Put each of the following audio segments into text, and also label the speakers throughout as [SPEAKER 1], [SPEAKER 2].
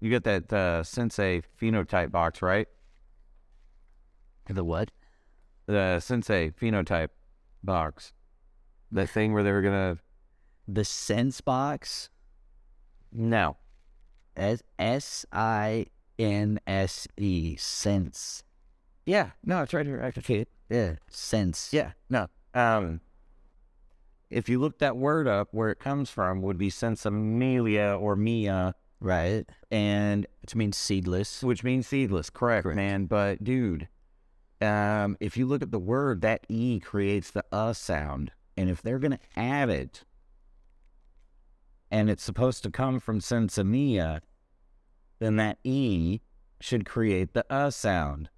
[SPEAKER 1] You get that uh, Sensei phenotype box, right?
[SPEAKER 2] The what?
[SPEAKER 1] The Sensei phenotype box. That thing where they were gonna
[SPEAKER 2] The sense box.
[SPEAKER 1] no
[SPEAKER 2] S S I N S E sense.
[SPEAKER 1] yeah no it's right here actually.
[SPEAKER 2] Okay. Yeah. Sense.
[SPEAKER 1] Yeah, no. Um, if you look that word up, where it comes from would be sensimilia or mia,
[SPEAKER 2] Right.
[SPEAKER 1] and
[SPEAKER 2] Which means seedless.
[SPEAKER 1] which means seedless. Correct,
[SPEAKER 2] Correct.
[SPEAKER 1] man. But dude, um, if you look at the word, that e creates the uh sound, and if they're gonna add it, and it's supposed to come from sensimia, then that e should create the uh sound.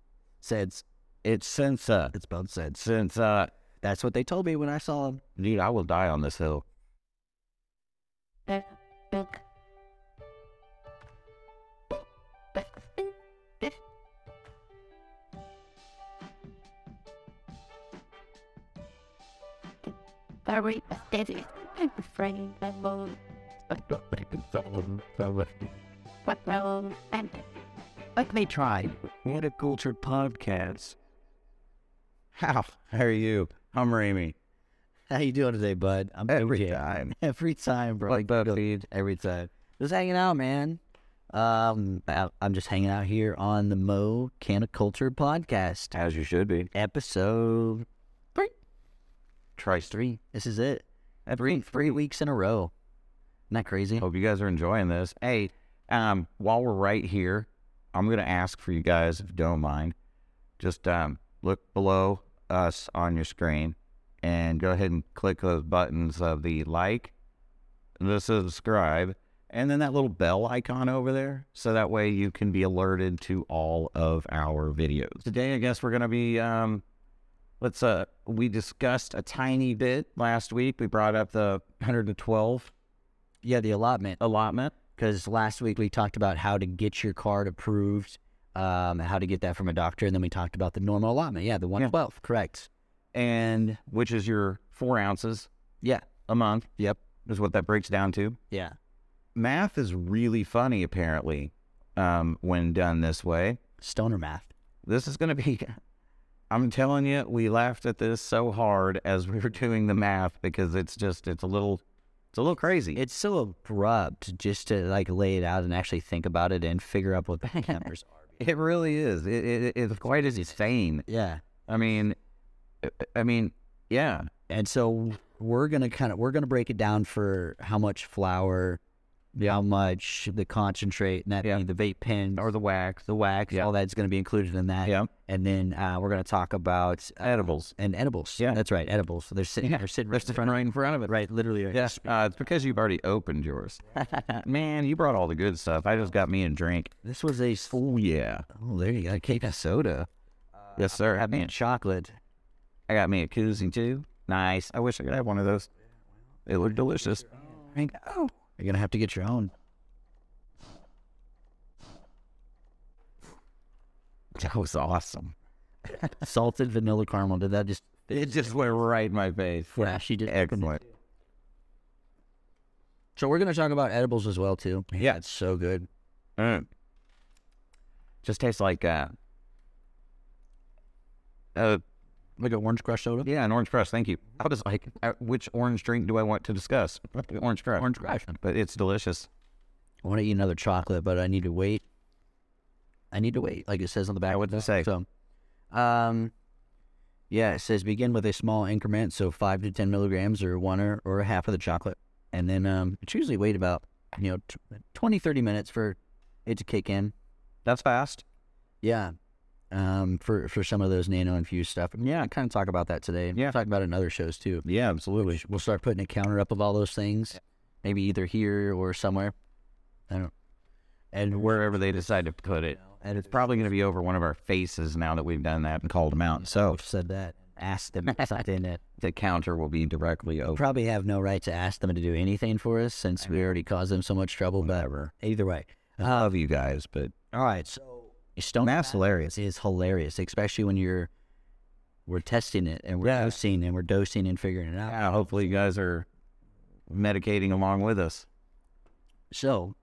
[SPEAKER 2] Sense.
[SPEAKER 1] It's sensa.
[SPEAKER 2] It's spelled sense.
[SPEAKER 1] Since uh,
[SPEAKER 2] That's what they told me when I saw him.
[SPEAKER 1] dude, I will die on this hill.
[SPEAKER 3] Very aesthetic and refraining and moon, but well, and
[SPEAKER 2] Like they tried.
[SPEAKER 1] What a culture podcast. How? How are you? I'm Raimi.
[SPEAKER 2] How you doing today, bud? I'm
[SPEAKER 1] Every
[SPEAKER 2] okay.
[SPEAKER 1] time.
[SPEAKER 2] Every time, bro.
[SPEAKER 1] Like
[SPEAKER 2] you know,
[SPEAKER 1] Buzzfeed.
[SPEAKER 2] Every time. Just hanging out, man. Um, I- I'm just hanging out here on the Mo Canna Culture podcast
[SPEAKER 1] As you should be.
[SPEAKER 2] episode.
[SPEAKER 1] Trice three.
[SPEAKER 2] This is it. Three three weeks in a row. Isn't that crazy?
[SPEAKER 1] Hope you guys are enjoying this. Hey, um, while we're right here, I'm gonna ask for you guys, if you don't mind, just um, look below us on your screen and go ahead and click those buttons of the like, the subscribe, and then that little bell icon over there. So that way you can be alerted to all of our videos. Today, I guess we're gonna be um, let's uh, we discussed a tiny bit last week. We brought up the 112
[SPEAKER 2] Yeah, the allotment.
[SPEAKER 1] allotment.
[SPEAKER 2] Because last week we talked about how to get your card approved, um, how to get that from a doctor, and then we talked about the normal allotment. Yeah, the one twelve. Correct.
[SPEAKER 1] and which is your four ounces
[SPEAKER 2] Yeah.
[SPEAKER 1] a month
[SPEAKER 2] Yep.
[SPEAKER 1] is what that breaks down to.
[SPEAKER 2] Yeah.
[SPEAKER 1] Math is really funny, apparently, um, when done this way.
[SPEAKER 2] Stoner math.
[SPEAKER 1] This is going to be, I'm telling you, we laughed at this so hard as we were doing the math because it's just, it's a little, it's a little crazy.
[SPEAKER 2] It's so abrupt just to like lay it out and actually think about it and figure out what the numbers are.
[SPEAKER 1] it really is. It, it, it's quite as insane.
[SPEAKER 2] Yeah.
[SPEAKER 1] I mean, I- I mean, yeah,
[SPEAKER 2] And so we're gonna kind of we're gonna break it down for how much flour, how much the concentrate, and that
[SPEAKER 1] Yeah.
[SPEAKER 2] the vape pen
[SPEAKER 1] or the wax,
[SPEAKER 2] the wax,
[SPEAKER 1] Yeah.
[SPEAKER 2] all that's gonna be included in that.
[SPEAKER 1] Yeah.
[SPEAKER 2] And then uh, we're gonna talk about uh,
[SPEAKER 1] edibles.
[SPEAKER 2] and edibles.
[SPEAKER 1] Yeah.
[SPEAKER 2] that's right, edibles. So they're sitting
[SPEAKER 1] Yeah.
[SPEAKER 2] they're sitting
[SPEAKER 1] They're
[SPEAKER 2] right in
[SPEAKER 1] sitting
[SPEAKER 2] front,
[SPEAKER 1] right in front of it.
[SPEAKER 2] right, literally.
[SPEAKER 1] Yeah, uh, it's because you've already opened yours. Man, you brought all the good stuff. I just got me a drink.
[SPEAKER 2] This was a s-
[SPEAKER 1] Oh yeah,
[SPEAKER 2] oh, there you go, cake of soda,
[SPEAKER 1] yes sir. I,
[SPEAKER 2] and
[SPEAKER 1] mean,
[SPEAKER 2] chocolate.
[SPEAKER 1] I got me a koozie too. Nice. I wish I could have one of those. It looked delicious.
[SPEAKER 2] Oh, you're gonna have to get your own.
[SPEAKER 1] That was awesome.
[SPEAKER 2] salted vanilla caramel. Did that just
[SPEAKER 1] It just went right in my face.
[SPEAKER 2] flash? You did
[SPEAKER 1] Excellent.
[SPEAKER 2] So we're gonna talk about edibles as well too.
[SPEAKER 1] Yeah.
[SPEAKER 2] it's so good.
[SPEAKER 1] Mm. Just tastes like uh, uh,
[SPEAKER 2] Like an orange crush soda.
[SPEAKER 1] yeah, an orange crush. Thank you. I was like, uh, which orange drink do I want to discuss? Orange crush.
[SPEAKER 2] Orange crush.
[SPEAKER 1] But it's delicious.
[SPEAKER 2] I want to eat another chocolate, but I need to wait. I need to wait, like it says on the back.
[SPEAKER 1] Yeah, what'd it say?
[SPEAKER 2] So, um, yeah, it says begin with a small increment, so five to ten milligrams, or one or, or a half of the chocolate, and then um, it's usually wait about you know t- 20, 30 minutes for it to kick in.
[SPEAKER 1] That's fast.
[SPEAKER 2] Yeah. Um, for for some of those nano infused stuff. Yeah, kind of talk about that today.
[SPEAKER 1] Yeah.
[SPEAKER 2] talk about it in other shows too.
[SPEAKER 1] Yeah, absolutely.
[SPEAKER 2] We'll start putting a counter up of all those things, maybe either here or somewhere. I don't. And we're
[SPEAKER 1] wherever they decide to put it.
[SPEAKER 2] and it's
[SPEAKER 1] Probably going to be over one of our faces now that we've done that and called them out. So
[SPEAKER 2] probably said that. Asked them in it.
[SPEAKER 1] the counter will be directly over.
[SPEAKER 2] Probably have no right to ask them to do anything for us since we already caused them so much trouble. But either way, uh,
[SPEAKER 1] I love you guys, but
[SPEAKER 2] all right. So stone
[SPEAKER 1] Math's hilarious.
[SPEAKER 2] is hilarious, especially when you're we're testing it and we're
[SPEAKER 1] Yeah.
[SPEAKER 2] dosing and we're dosing and figuring it out.
[SPEAKER 1] yeah, hopefully you guys are medicating along with us.
[SPEAKER 2] So,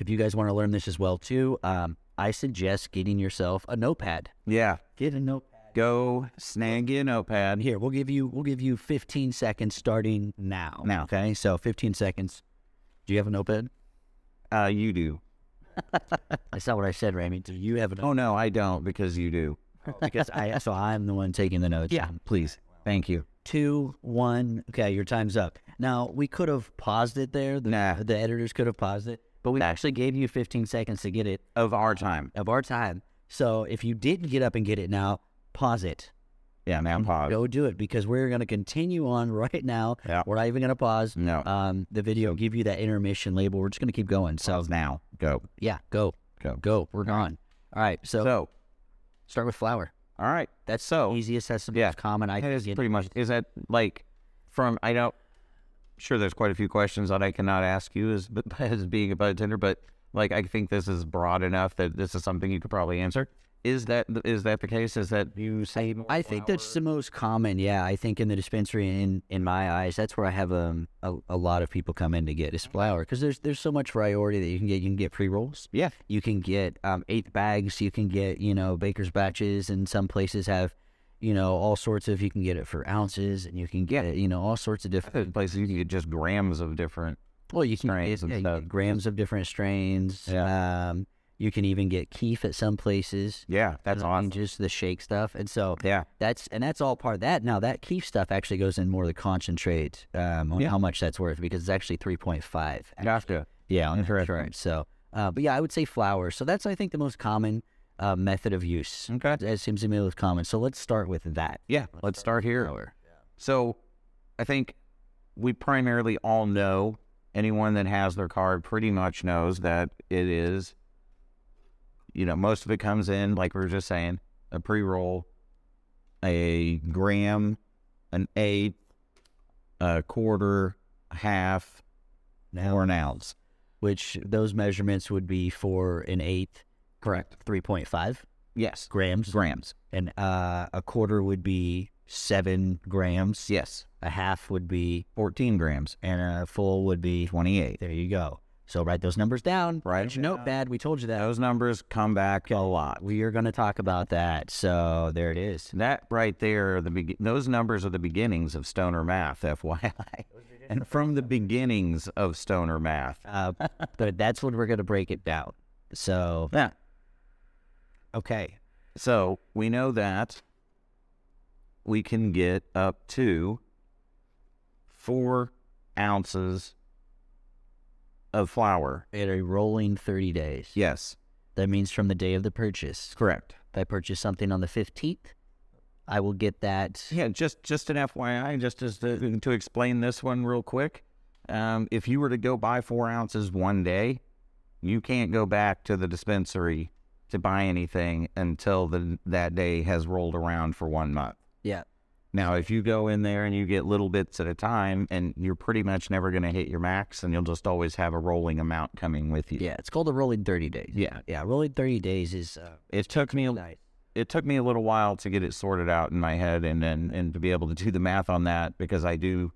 [SPEAKER 2] If you guys want to learn this as well too, um, I suggest getting yourself a notepad.
[SPEAKER 1] Yeah.
[SPEAKER 2] Get a notepad.
[SPEAKER 1] Go snag your notepad.
[SPEAKER 2] And here we'll give you we'll give you 15 seconds starting now.
[SPEAKER 1] Now.
[SPEAKER 2] okay. So 15 seconds. Do you have a notepad?
[SPEAKER 1] Uh, you do.
[SPEAKER 2] That's not what I said, Ramy. Do you have a
[SPEAKER 1] Oh no, I don't because you do.
[SPEAKER 2] because I so I'm the one taking the notes.
[SPEAKER 1] Please. Thank you.
[SPEAKER 2] Two, one. Okay, your time's up. Now we could have paused it there. The,
[SPEAKER 1] Nah.
[SPEAKER 2] the editors could have paused it, but we actually gave you 15 seconds to get it
[SPEAKER 1] Of our time.
[SPEAKER 2] of our time. So if you didn't get up and get it now, pause it.
[SPEAKER 1] Yeah. Now pause.
[SPEAKER 2] Go do it because we're going to continue on right now.
[SPEAKER 1] Yeah.
[SPEAKER 2] We're not even going to pause.
[SPEAKER 1] No.
[SPEAKER 2] Um, the video give you that intermission label. We're just going to keep going. So
[SPEAKER 1] Pause now. Go.
[SPEAKER 2] yeah, go,
[SPEAKER 1] Go.
[SPEAKER 2] go. We're gone. All right. So,
[SPEAKER 1] So.
[SPEAKER 2] start with flour.
[SPEAKER 1] All right.
[SPEAKER 2] That's
[SPEAKER 1] So-
[SPEAKER 2] easiest. That's the
[SPEAKER 1] Yeah.
[SPEAKER 2] most common. I
[SPEAKER 1] That
[SPEAKER 2] can
[SPEAKER 1] is
[SPEAKER 2] get.
[SPEAKER 1] pretty much. Is that like from? I don't. Sure, there's quite a few questions that I cannot ask you as as being a bartender, but like I think this is broad enough that this is something you could probably answer. Is that is that the case? Is that you say? more
[SPEAKER 2] I think
[SPEAKER 1] flour?
[SPEAKER 2] that's the most common. Yeah, I think in the dispensary, in in my eyes, that's where I have um, a a lot of people come in to get is flour because there's there's so much variety that you can get. You can get pre rolls.
[SPEAKER 1] yeah.
[SPEAKER 2] You can get um, eighth bags. You can get you know baker's batches, and some places have you know all sorts of. You can get it for ounces, and you can get it, you know all sorts of different.
[SPEAKER 1] There's places you can get just grams of different.
[SPEAKER 2] Well, you can
[SPEAKER 1] strains
[SPEAKER 2] get,
[SPEAKER 1] and
[SPEAKER 2] yeah, you can
[SPEAKER 1] stuff.
[SPEAKER 2] get grams of different strains. Um, you can even get keef at some places.
[SPEAKER 1] Yeah, that's
[SPEAKER 2] on
[SPEAKER 1] on.
[SPEAKER 2] Just the shake stuff, and so
[SPEAKER 1] Yeah,
[SPEAKER 2] That's and that's all part of that. Now that Keef stuff actually goes in more of the concentrate um, on
[SPEAKER 1] Yeah.
[SPEAKER 2] how much that's worth because it's actually three point five.
[SPEAKER 1] gotcha.
[SPEAKER 2] Yeah, on
[SPEAKER 1] Interesting.
[SPEAKER 2] correct. So, uh, but yeah, I would say flour. So that's I think the most common uh, method of use.
[SPEAKER 1] Okay.
[SPEAKER 2] That seems to me the most common. So let's start with that.
[SPEAKER 1] Yeah, let's start here.
[SPEAKER 2] Flour.
[SPEAKER 1] So, I think we primarily all know anyone that has their card pretty much knows that it is, you know, most of it comes in, like we were just saying, a pre roll, a gram, an eighth, a quarter, a half,
[SPEAKER 2] Now,
[SPEAKER 1] or an ounce.
[SPEAKER 2] which those measurements would be for an eighth,
[SPEAKER 1] Correct.
[SPEAKER 2] three point five
[SPEAKER 1] Yes.
[SPEAKER 2] grams,
[SPEAKER 1] Grams.
[SPEAKER 2] and uh, a quarter would be seven grams.
[SPEAKER 1] Yes.
[SPEAKER 2] A half would be,
[SPEAKER 1] 14 grams.
[SPEAKER 2] and a full would be
[SPEAKER 1] 28.
[SPEAKER 2] There you go. So write those numbers down.
[SPEAKER 1] Write
[SPEAKER 2] Get
[SPEAKER 1] 'em
[SPEAKER 2] your notepad. We told you that.
[SPEAKER 1] Those numbers come back a lot.
[SPEAKER 2] We are going to talk about that. So there it is.
[SPEAKER 1] That right there, are the be- those numbers are the beginnings of stoner math, FYI. And from the beginnings of stoner math.
[SPEAKER 2] Uh, but that's what we're going to break it down. So
[SPEAKER 1] Yeah.
[SPEAKER 2] okay,
[SPEAKER 1] So we know that we can get up to four ounces of flour.
[SPEAKER 2] in a rolling thirty days.
[SPEAKER 1] Yes,
[SPEAKER 2] That means from the day of the purchase.
[SPEAKER 1] correct.
[SPEAKER 2] If I purchase something on the fifteenth, I will get that.
[SPEAKER 1] Yeah, just just an FYI, just as to, to explain this one real quick. Um, if you were to go buy four ounces one day, you can't go back to the dispensary to buy anything until the, that day has rolled around for one month.
[SPEAKER 2] Yeah.
[SPEAKER 1] Now, if you go in there and you get little bits at a time, and you're pretty much never going to hit your max, and you'll just always have a rolling amount coming with you.
[SPEAKER 2] Yeah. It's called a rolling thirty days.
[SPEAKER 1] Yeah.
[SPEAKER 2] Yeah. Rolling thirty days is uh,
[SPEAKER 1] It took me a
[SPEAKER 2] nice.
[SPEAKER 1] it took me a little while to get it sorted out in my head and and, and to be able to do the math on that because I do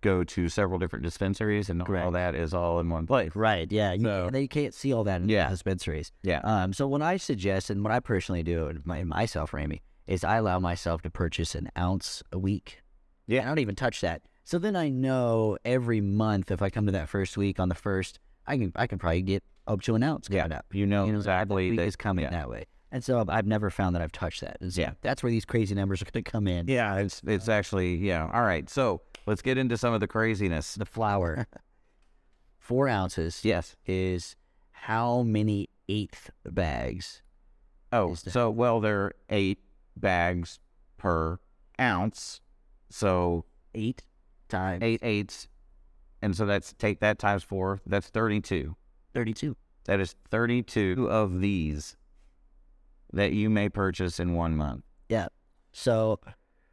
[SPEAKER 1] go to several different dispensaries and all
[SPEAKER 2] Correct.
[SPEAKER 1] that is all in one place.
[SPEAKER 2] Right. Yeah. You,
[SPEAKER 1] So-
[SPEAKER 2] They can't see all that in
[SPEAKER 1] Yeah.
[SPEAKER 2] dispensaries.
[SPEAKER 1] Yeah.
[SPEAKER 2] Um, so what I suggest and what I personally do and my, myself, Ramy, is I allow myself to purchase an ounce a week.
[SPEAKER 1] Yeah.
[SPEAKER 2] I don't even touch that. So then I know every month if I come to that first week on the first, I can I can probably get up to an ounce
[SPEAKER 1] Yeah.
[SPEAKER 2] coming up.
[SPEAKER 1] You know,
[SPEAKER 2] You know,
[SPEAKER 1] exactly.
[SPEAKER 2] Week
[SPEAKER 1] that-
[SPEAKER 2] is coming
[SPEAKER 1] yeah.
[SPEAKER 2] that way. And so I've- I've never found that I've touched that. And so
[SPEAKER 1] Yeah.
[SPEAKER 2] That's where these crazy numbers are going to come in.
[SPEAKER 1] Yeah, it's uh, it's actually yeah. All right, so let's get into some of the craziness.
[SPEAKER 2] The flour, four ounces
[SPEAKER 1] Yes.
[SPEAKER 2] is how many eighth bags?
[SPEAKER 1] Oh,
[SPEAKER 2] Is that-
[SPEAKER 1] so well, there are eight bags per ounce, so
[SPEAKER 2] Eight times
[SPEAKER 1] eight eights, and so that's take that times four. That's thirty-two.
[SPEAKER 2] 32.
[SPEAKER 1] That is 32 of these that you may purchase in one month.
[SPEAKER 2] Yeah. So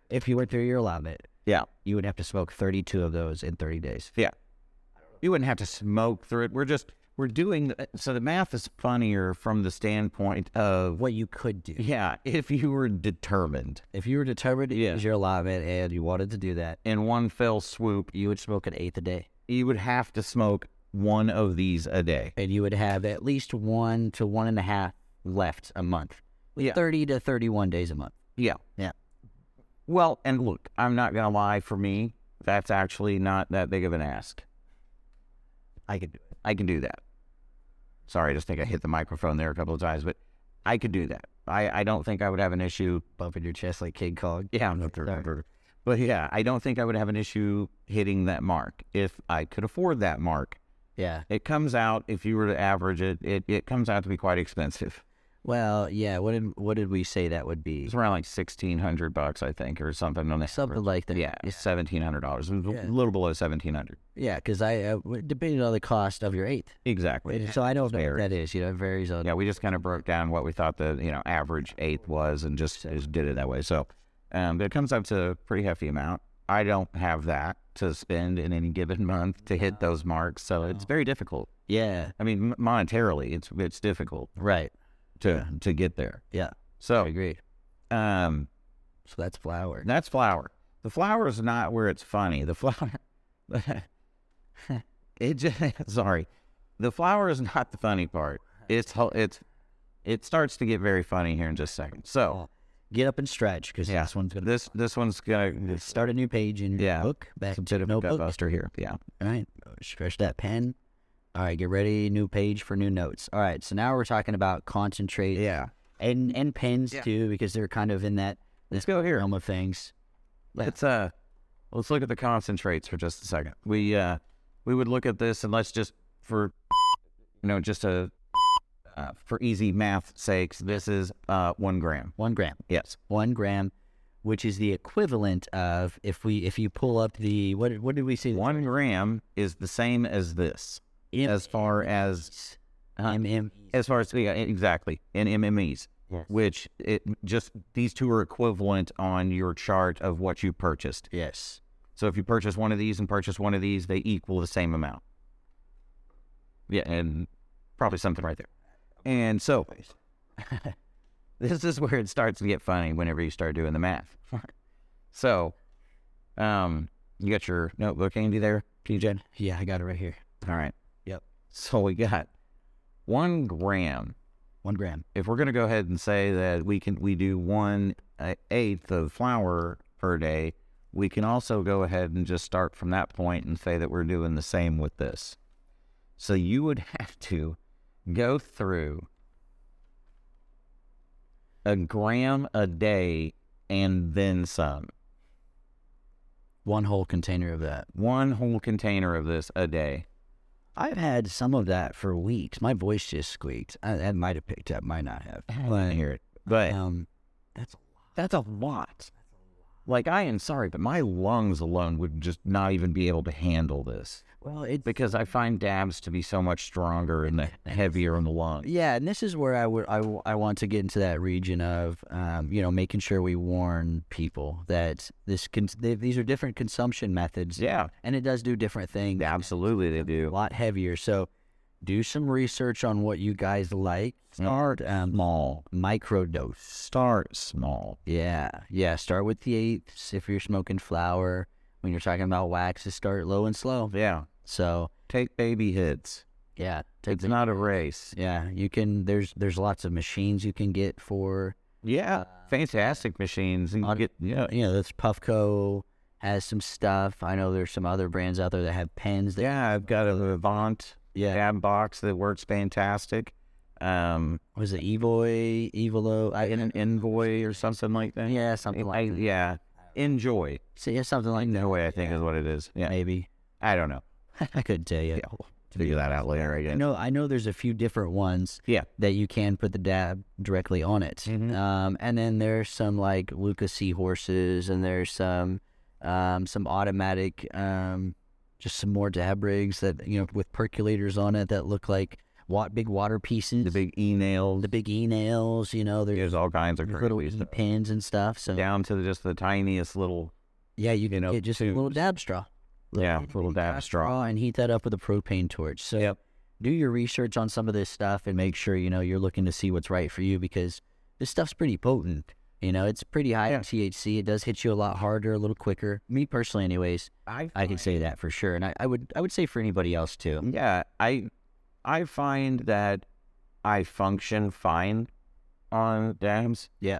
[SPEAKER 2] if you went through your allotment,
[SPEAKER 1] Yeah.
[SPEAKER 2] you would have to smoke 32 of those in 30 days.
[SPEAKER 1] Yeah. You wouldn't have to smoke through it. We're just, we're doing, so the math is funnier from the standpoint of,
[SPEAKER 2] What you could do.
[SPEAKER 1] yeah, if you were determined
[SPEAKER 2] If you were determined to
[SPEAKER 1] Yeah.
[SPEAKER 2] use your allotment and you wanted to do that,
[SPEAKER 1] in one fell swoop,
[SPEAKER 2] you would smoke an eighth a day.
[SPEAKER 1] you would have to smoke one of these a day.
[SPEAKER 2] and you would have at least one to one and a half left a month.
[SPEAKER 1] Yeah.
[SPEAKER 2] 30 to 31 days a month.
[SPEAKER 1] Yeah.
[SPEAKER 2] Yeah.
[SPEAKER 1] Well, and look, I'm not going to lie. For me, that's actually not that big of an ask.
[SPEAKER 2] I could do it.
[SPEAKER 1] I can do that. Sorry, I just think I hit the microphone there a couple of times, but I could do that. I, I don't think I would have an issue.
[SPEAKER 2] Bumping your chest like King Kong.
[SPEAKER 1] Yeah,
[SPEAKER 2] No, no, no, no.
[SPEAKER 1] But yeah, I don't think I would have an issue hitting that mark if I could afford that mark.
[SPEAKER 2] Yeah.
[SPEAKER 1] It comes out, if you were to average it, it, it comes out to be quite expensive.
[SPEAKER 2] Well, yeah. What did what did we say that would be?
[SPEAKER 1] It's around like 1600 bucks, I think, or something. On the
[SPEAKER 2] Something like that.
[SPEAKER 1] Yeah, $1,700. It was A
[SPEAKER 2] Yeah.
[SPEAKER 1] little below 1700
[SPEAKER 2] Yeah, because I uh, w- depending on the cost of your eighth.
[SPEAKER 1] Exactly.
[SPEAKER 2] So I don't know what
[SPEAKER 1] Varies.
[SPEAKER 2] that is. You know, it varies on.
[SPEAKER 1] Yeah, we just kind of broke down what we thought the you know average eighth was, and just, just did it that way. So um, it comes up to a pretty hefty amount. I don't have that to spend in any given month to hit those marks, so it's very difficult.
[SPEAKER 2] Yeah.
[SPEAKER 1] I mean, m- monetarily, it's it's difficult
[SPEAKER 2] Right.
[SPEAKER 1] to to get there.
[SPEAKER 2] Yeah. I
[SPEAKER 1] So
[SPEAKER 2] agree.
[SPEAKER 1] um,
[SPEAKER 2] So that's flour.
[SPEAKER 1] that's flour. The flour is not where it's funny. The flour, it just sorry, the flour is not the funny part. It's ho- it's it starts to get very funny here in just a second. So
[SPEAKER 2] Get up and stretch because
[SPEAKER 1] Yeah.
[SPEAKER 2] this one's gonna
[SPEAKER 1] this this one's gonna it's
[SPEAKER 2] start a new page in your
[SPEAKER 1] Yeah.
[SPEAKER 2] book. Back
[SPEAKER 1] a
[SPEAKER 2] to
[SPEAKER 1] bit of a
[SPEAKER 2] notebook.
[SPEAKER 1] gutbuster here. Yeah,
[SPEAKER 2] All right. Stretch that pen. All right. Get ready. New page for new notes. All right. So now we're talking about concentrate.
[SPEAKER 1] yeah.
[SPEAKER 2] And and pens
[SPEAKER 1] Yeah.
[SPEAKER 2] too because they're kind of in that. Let's
[SPEAKER 1] go here.
[SPEAKER 2] Realm of things.
[SPEAKER 1] Let's uh let's look at the concentrates for just a second. We uh we would look at this and let's just for you know just a uh, for easy math sakes, this is uh one gram.
[SPEAKER 2] One gram.
[SPEAKER 1] Yes.
[SPEAKER 2] One gram, which is the equivalent of if we if you pull up the what what did we see?
[SPEAKER 1] One gram is the same as this
[SPEAKER 2] M-
[SPEAKER 1] as far as Huh?
[SPEAKER 2] MM.
[SPEAKER 1] as far as yeah, exactly in MMEs, which it just these two are equivalent on your chart of what you purchased.
[SPEAKER 2] Yes.
[SPEAKER 1] So if you purchase one of these and purchase one of these, they equal the same amount. Yeah, and probably something right there. And so this is where it starts to get funny whenever you start doing the math. so um you got your notebook handy there, TJ?
[SPEAKER 2] Yeah, I got it right here.
[SPEAKER 1] All right.
[SPEAKER 2] Yep.
[SPEAKER 1] So we got one gram.
[SPEAKER 2] One gram.
[SPEAKER 1] If we're gonna go ahead and say that we can we do one uh, eighth of flour per day, we can also go ahead and just start from that point and say that we're doing the same with this. So you would have to go through a gram a day and then some.
[SPEAKER 2] One whole container of that.
[SPEAKER 1] One whole container of this a day.
[SPEAKER 2] I've had some of that for weeks. My voice just squeaked. I, that might have picked up. Might not have.
[SPEAKER 1] I hear it. But
[SPEAKER 2] Um, that's
[SPEAKER 1] That's a lot. Like I am sorry, but my lungs alone would just not even be able to handle this
[SPEAKER 2] well. It
[SPEAKER 1] because I find dabs to be so much stronger and the heavier in the lung.
[SPEAKER 2] yeah, and this is where I would I, w- I want to get into that region of um, you know making sure we warn people that this can th- these are different consumption methods.
[SPEAKER 1] Yeah,
[SPEAKER 2] and it does do different things.
[SPEAKER 1] absolutely they
[SPEAKER 2] a
[SPEAKER 1] do.
[SPEAKER 2] lot heavier. So do some research on what you guys like. Start um, small, microdose.
[SPEAKER 1] Start small.
[SPEAKER 2] Yeah, yeah. Start with the eighths if you're smoking flower. When you're talking about waxes, start low and slow.
[SPEAKER 1] Yeah,
[SPEAKER 2] So
[SPEAKER 1] take baby hits.
[SPEAKER 2] yeah, take
[SPEAKER 1] It's
[SPEAKER 2] the,
[SPEAKER 1] not a race.
[SPEAKER 2] yeah. You can there's there's lots of machines you can get for
[SPEAKER 1] Yeah, fantastic machines. And you get yeah,
[SPEAKER 2] you know this Puffco has some stuff. I know there's some other brands out there that have pens. That,
[SPEAKER 1] yeah. I've got a Levant
[SPEAKER 2] yeah.
[SPEAKER 1] dab box that works fantastic. Um,
[SPEAKER 2] Was it Evoy, Evolo? I,
[SPEAKER 1] in an envoy or something like that.
[SPEAKER 2] yeah, something
[SPEAKER 1] I,
[SPEAKER 2] like that.
[SPEAKER 1] yeah. Enjoy.
[SPEAKER 2] So, yeah, something like
[SPEAKER 1] No
[SPEAKER 2] that.
[SPEAKER 1] way, I think is what it is. Yeah,
[SPEAKER 2] Maybe
[SPEAKER 1] I don't know.
[SPEAKER 2] I couldn't tell you.
[SPEAKER 1] Yeah, we'll figure that out later. I
[SPEAKER 2] I
[SPEAKER 1] guess.
[SPEAKER 2] know. I know. There's a few different ones
[SPEAKER 1] Yeah.
[SPEAKER 2] that you can put the dab directly on it.
[SPEAKER 1] Mhm.
[SPEAKER 2] Um, and then there's some like Lucas seahorses, and there's some um, some automatic, um, just some more dab rigs that you know with percolators on it that look like wat big water pieces,
[SPEAKER 1] The big e nails.
[SPEAKER 2] the big e nails. You know, there's
[SPEAKER 1] There's all kinds of
[SPEAKER 2] little
[SPEAKER 1] crazy
[SPEAKER 2] e
[SPEAKER 1] stuff.
[SPEAKER 2] pins and stuff. So yeah,
[SPEAKER 1] down to the, just the tiniest little
[SPEAKER 2] you can
[SPEAKER 1] know,
[SPEAKER 2] get just a little dab straw.
[SPEAKER 1] yeah little dab straw.
[SPEAKER 2] straw and heat that up with a propane torch. So
[SPEAKER 1] Yep.
[SPEAKER 2] do your research on some of this stuff and make sure you know you're looking to see what's right for you because this stuff's pretty potent. You know, it's pretty high
[SPEAKER 1] Yeah.
[SPEAKER 2] THC. It does hit you a lot harder, a little quicker. Me personally, anyways, I can say that for sure, and I, I would I would say for anybody else too.
[SPEAKER 1] Yeah, I I find that I function fine on dams.
[SPEAKER 2] Yeah.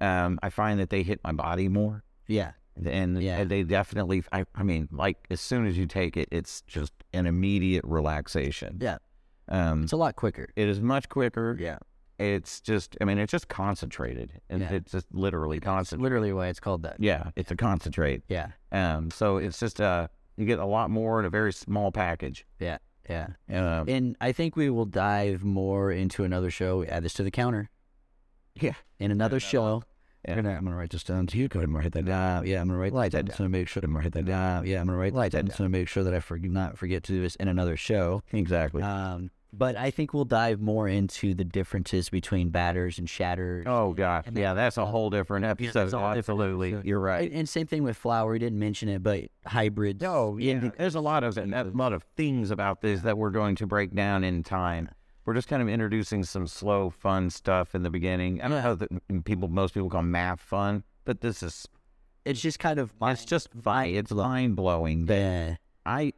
[SPEAKER 1] Um, I find that they hit my body more,
[SPEAKER 2] Yeah,
[SPEAKER 1] and
[SPEAKER 2] Yeah.
[SPEAKER 1] and they definitely. I, I mean, like as soon as you take it, it's just an immediate relaxation.
[SPEAKER 2] yeah,
[SPEAKER 1] Um,
[SPEAKER 2] it's a lot quicker.
[SPEAKER 1] it is much quicker.
[SPEAKER 2] Yeah,
[SPEAKER 1] It's just, I mean, it's just concentrated, and
[SPEAKER 2] Yeah.
[SPEAKER 1] it's just literally
[SPEAKER 2] that's
[SPEAKER 1] concentrated.
[SPEAKER 2] literally why it's called that.
[SPEAKER 1] Yeah, it's a concentrate.
[SPEAKER 2] Yeah,
[SPEAKER 1] Um, so it's just uh, you get a lot more in a very small package.
[SPEAKER 2] yeah, yeah.
[SPEAKER 1] Um,
[SPEAKER 2] And I think we will dive more into another show. Add this to the counter.
[SPEAKER 1] Yeah.
[SPEAKER 2] In another show.
[SPEAKER 1] Yeah.
[SPEAKER 2] I'm, gonna, I'm gonna write this down to you. Go ahead and write that down. Yeah, I'm gonna write
[SPEAKER 1] Write that
[SPEAKER 2] that down. So make sure to write that down. Yeah, I'm gonna write that down. So make sure that I forg not forget to do this in another show.
[SPEAKER 1] exactly.
[SPEAKER 2] Um, but I think we'll dive more into the differences between batters and shatters.
[SPEAKER 1] Oh god,
[SPEAKER 2] And
[SPEAKER 1] yeah, that's a whole different episode.
[SPEAKER 2] that's a whole different
[SPEAKER 1] Absolutely,
[SPEAKER 2] episode.
[SPEAKER 1] you're right.
[SPEAKER 2] And, and same thing with flower. We didn't mention it, but hybrids.
[SPEAKER 1] No, yeah, there's a lot of a lot of things about this that we're going to break down in time. We're just kind of introducing some slow, fun stuff in the beginning. I don't know how the, people, most people call math fun, but this is
[SPEAKER 2] It's just kind of
[SPEAKER 1] it's just fun. It's mind blowing that
[SPEAKER 2] yeah.
[SPEAKER 1] I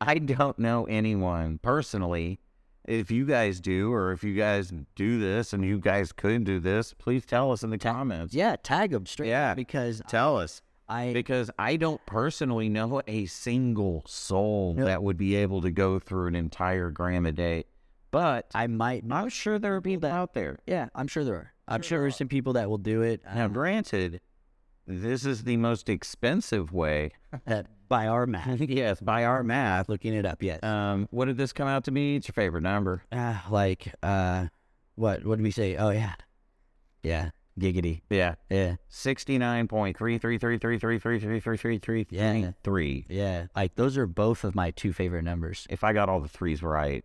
[SPEAKER 1] I don't know anyone personally. If you guys do, or if you guys do this, and you guys could do this, please tell us in the comments.
[SPEAKER 2] Yeah, tag them straight.
[SPEAKER 1] Yeah.
[SPEAKER 2] because
[SPEAKER 1] Tell us.
[SPEAKER 2] I
[SPEAKER 1] because I don't personally know a single soul that would be able to go through an entire gram a day. But
[SPEAKER 2] I might
[SPEAKER 1] I'm sure there are people out there.
[SPEAKER 2] Yeah, I'm sure there are. I'm sure there's some people that will do it
[SPEAKER 1] Now,
[SPEAKER 2] um,
[SPEAKER 1] granted, this is the most expensive way.
[SPEAKER 2] that by our math.
[SPEAKER 1] yes, by our math.
[SPEAKER 2] Looking it up, yes.
[SPEAKER 1] Um, what did this come out to be? It's your favorite number.
[SPEAKER 2] Ah, like, uh, what? What did we say? Oh yeah, yeah, giggity,
[SPEAKER 1] Yeah,
[SPEAKER 2] yeah,
[SPEAKER 1] sixty nine point three three three three three three three three three three
[SPEAKER 2] Yeah.
[SPEAKER 1] three three.
[SPEAKER 2] yeah. Like those are both of my two favorite numbers.
[SPEAKER 1] If I got all the threes right,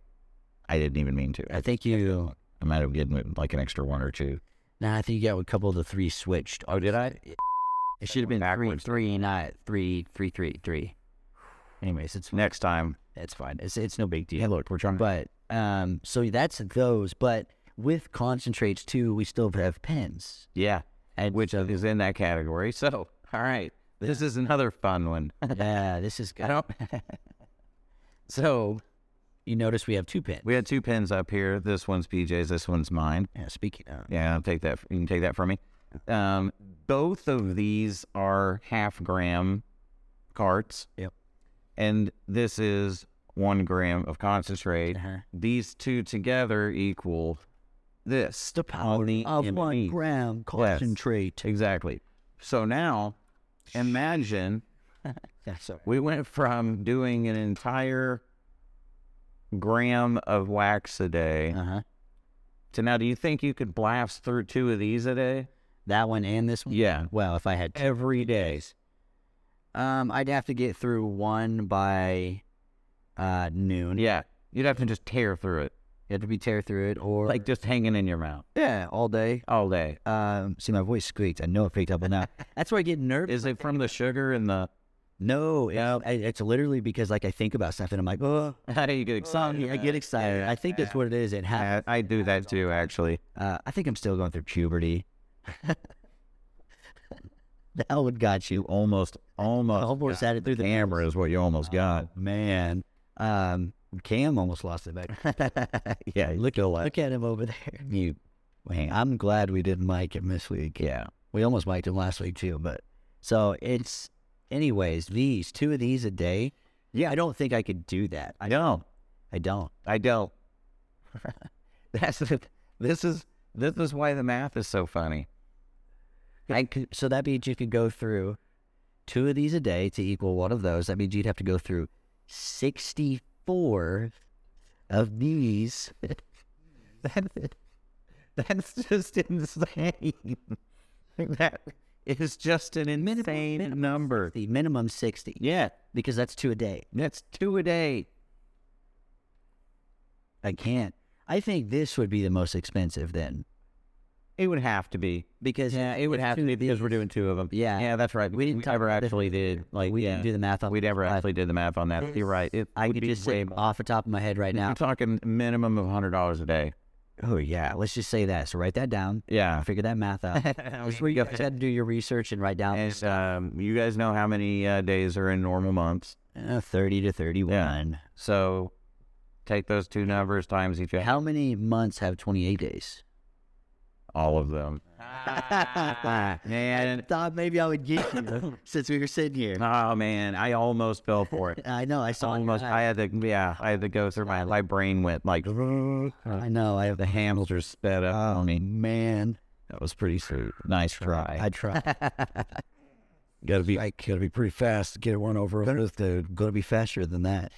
[SPEAKER 1] I didn't even mean to.
[SPEAKER 2] I think you.
[SPEAKER 1] I might have given like an extra one or two.
[SPEAKER 2] Nah, I think you got a couple of the three switched. Oh, did I? It should have been three,
[SPEAKER 1] Backwards.
[SPEAKER 2] three, not three, three, three, three. Anyways, it's
[SPEAKER 1] Next time,
[SPEAKER 2] it's fine. It's it's no big deal.
[SPEAKER 1] look, we're trying.
[SPEAKER 2] But um, so that's those. But with concentrates too, we still have pens.
[SPEAKER 1] yeah,
[SPEAKER 2] And
[SPEAKER 1] which is in that category. So, all right, this is another fun one.
[SPEAKER 2] yeah, this is
[SPEAKER 1] I
[SPEAKER 2] good.
[SPEAKER 1] don't. so
[SPEAKER 2] You notice we have two pins.
[SPEAKER 1] we had two pins up here. This one's PJ's. This one's mine.
[SPEAKER 2] yeah, speaking of,
[SPEAKER 1] Yeah, I'll take that. You can take that from me. Um, both of these are half gram carts.
[SPEAKER 2] Yep.
[SPEAKER 1] And this is one gram of concentrate.
[SPEAKER 2] uh-huh.
[SPEAKER 1] These two together equal this.
[SPEAKER 2] the power
[SPEAKER 1] the
[SPEAKER 2] of one
[SPEAKER 1] MD.
[SPEAKER 2] gram concentrate.
[SPEAKER 1] Exactly. So now, imagine
[SPEAKER 2] Yeah, sorry.
[SPEAKER 1] We went from doing an entire gram of wax a day
[SPEAKER 2] Uh huh.
[SPEAKER 1] to now. Do you think you could blast through two of these a day?
[SPEAKER 2] That one and this one.
[SPEAKER 1] Yeah,
[SPEAKER 2] Well, if I had, two.
[SPEAKER 1] every day.
[SPEAKER 2] um, I'd have to get through one by uh noon.
[SPEAKER 1] Yeah, you'd have to just tear through it,
[SPEAKER 2] You have to be tear through it, or
[SPEAKER 1] like just hanging in your mouth
[SPEAKER 2] yeah, all day.
[SPEAKER 1] all day.
[SPEAKER 2] Um, see, my voice squeaked. I know it picked up on that. That's where I get nervous.
[SPEAKER 1] Is it from the sugar and the?
[SPEAKER 2] No, it's, I, it's literally because like I think about something. I'm like, oh,
[SPEAKER 1] How do you get excited?
[SPEAKER 2] I get excited. I think that's what it is. It happens.
[SPEAKER 1] I, I do that too, actually.
[SPEAKER 2] Uh, I think I'm still going through puberty. that one got you.
[SPEAKER 1] Almost, almost.
[SPEAKER 2] Almost had it through the
[SPEAKER 1] camera is what you almost got.
[SPEAKER 2] Man, um, Cam almost lost it back.
[SPEAKER 1] Yeah, you
[SPEAKER 2] look, look at him over there. You, man, I'm glad we didn't mic him this week.
[SPEAKER 1] Yeah.
[SPEAKER 2] We almost mic'd him last week too, but so it's, anyways, these two of these a day. Yeah, I don't think I could do that. I
[SPEAKER 1] No,
[SPEAKER 2] I don't.
[SPEAKER 1] I don't. That's the, this is this is why the math is so funny.
[SPEAKER 2] I could, so that means you could go through two of these a day to equal one of those. That means you'd have to go through 64 of these.
[SPEAKER 1] That, that's just insane. that is just an insane number.
[SPEAKER 2] The minimum 60,
[SPEAKER 1] Yeah,
[SPEAKER 2] because that's two a day.
[SPEAKER 1] that's two a day.
[SPEAKER 2] I can't. I think this would be the most expensive then.
[SPEAKER 1] It would have to be.
[SPEAKER 2] Because
[SPEAKER 1] Yeah, it would
[SPEAKER 2] it's
[SPEAKER 1] have to
[SPEAKER 2] two
[SPEAKER 1] be
[SPEAKER 2] of
[SPEAKER 1] because we're
[SPEAKER 2] these.
[SPEAKER 1] doing two of them.
[SPEAKER 2] Yeah.
[SPEAKER 1] yeah, that's right. We didn't
[SPEAKER 2] talk
[SPEAKER 1] ever
[SPEAKER 2] about this
[SPEAKER 1] actually did like
[SPEAKER 2] we
[SPEAKER 1] yeah.
[SPEAKER 2] didn't do the math on
[SPEAKER 1] we never
[SPEAKER 2] I-
[SPEAKER 1] actually did the math on that. You're right. It
[SPEAKER 2] I
[SPEAKER 1] would
[SPEAKER 2] could
[SPEAKER 1] be
[SPEAKER 2] just
[SPEAKER 1] way
[SPEAKER 2] say
[SPEAKER 1] more.
[SPEAKER 2] off the top of my head right now.
[SPEAKER 1] I'm talking minimum of hundred dollars a day.
[SPEAKER 2] Oh yeah, let's just say that. So write that down.
[SPEAKER 1] Yeah.
[SPEAKER 2] Figure that math out. That's where you
[SPEAKER 1] Yeah.
[SPEAKER 2] have to do your research and write down
[SPEAKER 1] And um, you guys know how many uh, days are in normal months.
[SPEAKER 2] uh, thirty to thirty-one.
[SPEAKER 1] So take those two numbers times each other.
[SPEAKER 2] How many months have twenty-eight days?
[SPEAKER 1] All of them. Man.
[SPEAKER 2] thought maybe I would get you since we were sitting here.
[SPEAKER 1] Oh, man. I almost fell for it.
[SPEAKER 2] I know. I saw.
[SPEAKER 1] Almost. I had to, yeah, I had to go through my, my brain went like,
[SPEAKER 2] I know. I have the handles.
[SPEAKER 1] hamsters sped up on me.
[SPEAKER 2] uh, Oh, Man,
[SPEAKER 1] That was pretty sweet. Nice try.
[SPEAKER 2] I try.
[SPEAKER 4] Got to be got to be pretty fast to get one over with, dude.
[SPEAKER 2] Going to be faster than that.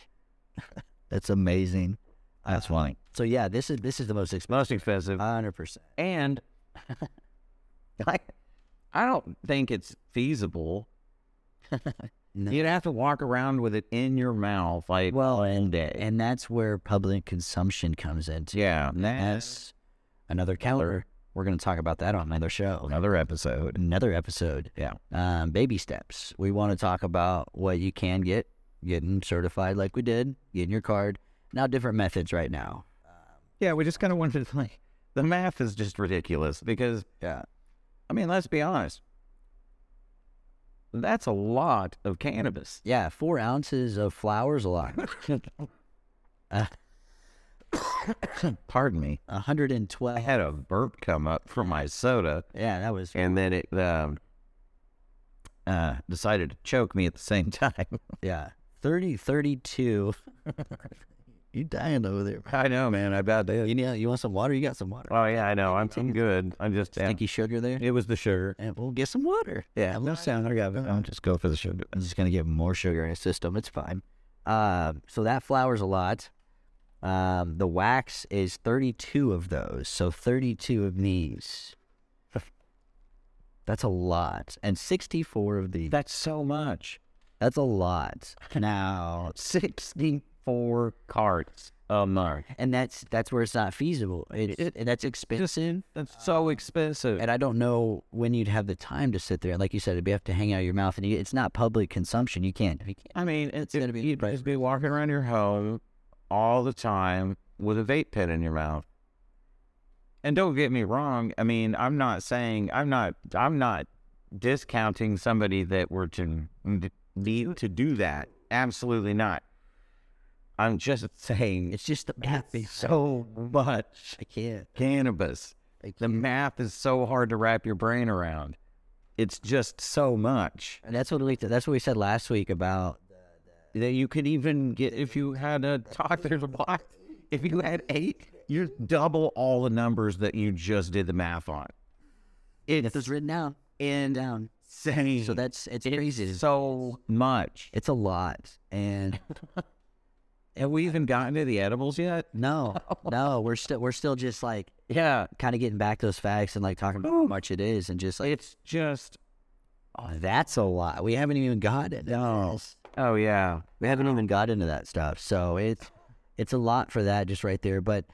[SPEAKER 2] That's amazing.
[SPEAKER 1] That's funny.
[SPEAKER 2] Uh, So yeah, this is this is the most expensive.
[SPEAKER 1] Most expensive.
[SPEAKER 2] Hundred percent.
[SPEAKER 1] And I, I don't think it's feasible.
[SPEAKER 2] No.
[SPEAKER 1] You'd have to walk around with it in your mouth, like
[SPEAKER 2] Well,
[SPEAKER 1] all day.
[SPEAKER 2] And that's where public consumption comes into.
[SPEAKER 1] yeah, that's
[SPEAKER 2] That's another counter. We're going to talk about that on another show,
[SPEAKER 1] another episode.
[SPEAKER 2] another episode.
[SPEAKER 1] Yeah.
[SPEAKER 2] Um, baby steps. We want to talk about what you can get, getting certified like we did, getting your card. Now, different methods right now.
[SPEAKER 1] Yeah, we just kind of wanted to like the math is just ridiculous because
[SPEAKER 2] Yeah.
[SPEAKER 1] I mean, let's be honest, that's a lot of cannabis.
[SPEAKER 2] Yeah, four ounces of flowers a lot.
[SPEAKER 1] Pardon me.
[SPEAKER 2] 112.
[SPEAKER 1] I had a burp come up from my soda.
[SPEAKER 2] yeah, that was.
[SPEAKER 1] and then it um, uh, decided to choke me at the same time.
[SPEAKER 2] Yeah. 30, 32. you dying over there.
[SPEAKER 1] I know, man. I about did.
[SPEAKER 2] You, need, you want some water? You got some water.
[SPEAKER 1] Oh yeah, I know. I'm, I'm good. I'm just yeah.
[SPEAKER 2] Stinky sugar there.
[SPEAKER 1] It was the sugar.
[SPEAKER 2] And we'll get some water. Yeah, no sound. I got
[SPEAKER 1] I'll just go for the sugar.
[SPEAKER 2] I'm just gonna get more sugar in his system. It's fine. Um, so that flours a lot. Um, the wax is 32 of those, so 32 of these. That's a lot, and 64 of these.
[SPEAKER 1] That's so much.
[SPEAKER 2] That's a lot. Now,
[SPEAKER 1] Sixty-four carts a month.
[SPEAKER 2] and that's that's where it's not feasible. It, it, and that's expensive,
[SPEAKER 1] That's so expensive.
[SPEAKER 2] and I don't know when you'd have the time to sit there. Like you said, it'd be have to hang out of your mouth, and you, it's not public consumption. You can't. You can't.
[SPEAKER 1] I mean, it's
[SPEAKER 2] gonna be
[SPEAKER 1] you'd
[SPEAKER 2] price
[SPEAKER 1] just be walking around your home all the time with a vape pen in your mouth. And don't get me wrong. I mean, I'm not saying I'm not I'm not discounting somebody that were to need to do that. Absolutely not. I'm just saying
[SPEAKER 2] It's just the math.
[SPEAKER 1] it's so much
[SPEAKER 2] I can't.
[SPEAKER 1] cannabis. The math is so hard to wrap your brain around. It's just so much.
[SPEAKER 2] And that's what we that's what we said last week about
[SPEAKER 1] that you could even get if you had a doctor's block. If you had eight, you're double all the numbers that you just did the math on.
[SPEAKER 2] if it's written down Mm. and down.
[SPEAKER 1] Insane.
[SPEAKER 2] So that's it's crazy.
[SPEAKER 1] so much.
[SPEAKER 2] It's a lot, and
[SPEAKER 1] Have we even gotten to the edibles yet?
[SPEAKER 2] no, no, we're still we're still just like
[SPEAKER 1] Yeah,
[SPEAKER 2] kind of getting back those facts and like talking about how much it is, and just like
[SPEAKER 1] it's just.
[SPEAKER 2] oh, that's a lot. We haven't even got it. No,
[SPEAKER 1] Oh yeah,
[SPEAKER 2] we haven't even got into that stuff. So it's it's a lot for that just right there. But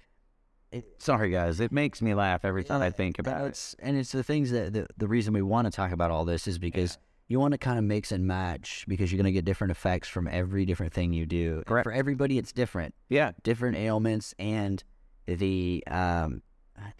[SPEAKER 1] sorry guys, it makes me laugh every time I think
[SPEAKER 2] And
[SPEAKER 1] about it.
[SPEAKER 2] it's and it's the things that the, the reason we want to talk about all this is because you want to kind of mix and match because you're going to get different effects from every different thing you do. And
[SPEAKER 1] Correct.
[SPEAKER 2] For everybody, it's different,
[SPEAKER 1] Yeah,
[SPEAKER 2] different ailments and the um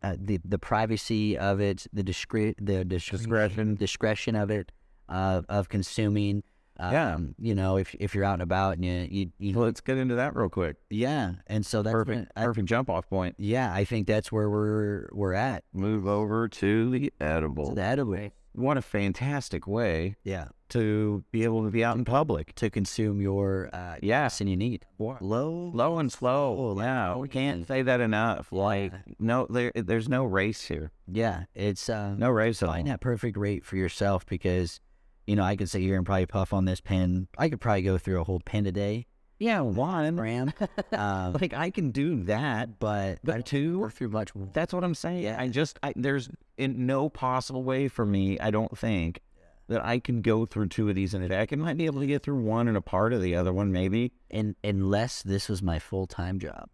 [SPEAKER 2] uh, the the privacy of it, the discre- the discre-
[SPEAKER 1] Discretion.
[SPEAKER 2] discretion of it, uh, of consuming. Um,
[SPEAKER 1] Yeah.
[SPEAKER 2] you know, if if you're out and about and you you, you
[SPEAKER 1] let's get into that real quick.
[SPEAKER 2] yeah, and so that's when
[SPEAKER 1] Perfect,
[SPEAKER 2] I-
[SPEAKER 1] perfect jump off point.
[SPEAKER 2] yeah, I think that's where we're we're at.
[SPEAKER 1] Move over to the edible.
[SPEAKER 2] That'll be
[SPEAKER 1] What a fantastic way
[SPEAKER 2] yeah.
[SPEAKER 1] to be able to be out in public.
[SPEAKER 2] to consume your uh,
[SPEAKER 1] Yeah.
[SPEAKER 2] gas and you need
[SPEAKER 1] What?
[SPEAKER 2] low.
[SPEAKER 1] Low and slow. Oh, yeah, we can't say that enough. Like, no, there, there's no race here.
[SPEAKER 2] Yeah, it's uh,
[SPEAKER 1] No race at all.
[SPEAKER 2] find that perfect rate for yourself because you know I could sit here and probably puff on this pen. I could probably go through a whole pen a day,
[SPEAKER 1] Yeah, one.
[SPEAKER 2] gram. um,
[SPEAKER 1] Like, I can do that.
[SPEAKER 2] but
[SPEAKER 1] But two,
[SPEAKER 2] we're through much.
[SPEAKER 1] that's what I'm saying. I just, I, there's in no possible way for me, I don't think, that I can go through two of these in a day. I can, might be able to get through one and a part of the other one, maybe.
[SPEAKER 2] And unless this was my full time job,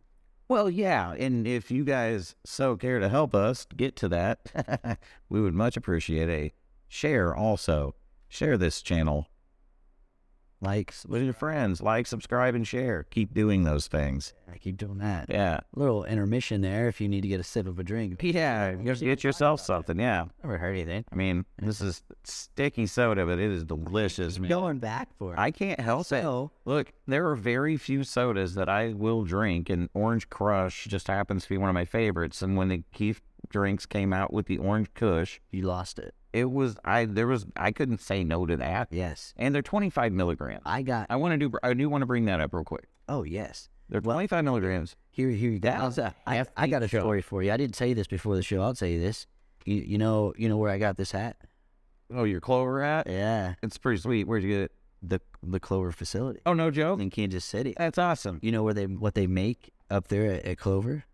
[SPEAKER 1] Well, yeah. And if you guys so care to help us get to that, we would much appreciate a share also. Share this channel.
[SPEAKER 2] likes.
[SPEAKER 1] with your friends. Like, subscribe, and share. Keep doing those things.
[SPEAKER 2] I keep doing that.
[SPEAKER 1] Yeah.
[SPEAKER 2] Little intermission there if you need to get a sip of a drink.
[SPEAKER 1] Yeah. Get yourself something. Yeah.
[SPEAKER 2] Never heard anything.
[SPEAKER 1] I mean, this is sticky soda, but it is delicious, man.
[SPEAKER 2] Going back for it.
[SPEAKER 1] I can't help it.
[SPEAKER 2] So-
[SPEAKER 1] Look, there are very few sodas that I will drink, and Orange Crush just happens to be one of my favorites. And when the Keith drinks came out with the Orange Kush,
[SPEAKER 2] you lost it.
[SPEAKER 1] it was I there was I couldn't say no to that.
[SPEAKER 2] Yes.
[SPEAKER 1] And they're 25 milligrams.
[SPEAKER 2] I got.
[SPEAKER 1] I want to do. I do want to bring that up real quick.
[SPEAKER 2] Oh yes.
[SPEAKER 1] They're 25 milligrams.
[SPEAKER 2] Here, here. That
[SPEAKER 1] was a
[SPEAKER 2] I, I got a
[SPEAKER 1] hefty
[SPEAKER 2] story for you. I didn't tell you this before the show. I'll tell you this. You, you know, you know where I got this hat?
[SPEAKER 1] Oh, your clover hat.
[SPEAKER 2] Yeah,
[SPEAKER 1] It's pretty sweet. Where'd you get it?
[SPEAKER 2] the the Clover facility
[SPEAKER 1] Oh, no joke.
[SPEAKER 2] in Kansas City.
[SPEAKER 1] That's awesome.
[SPEAKER 2] You know where they what they make up there at, at Clover?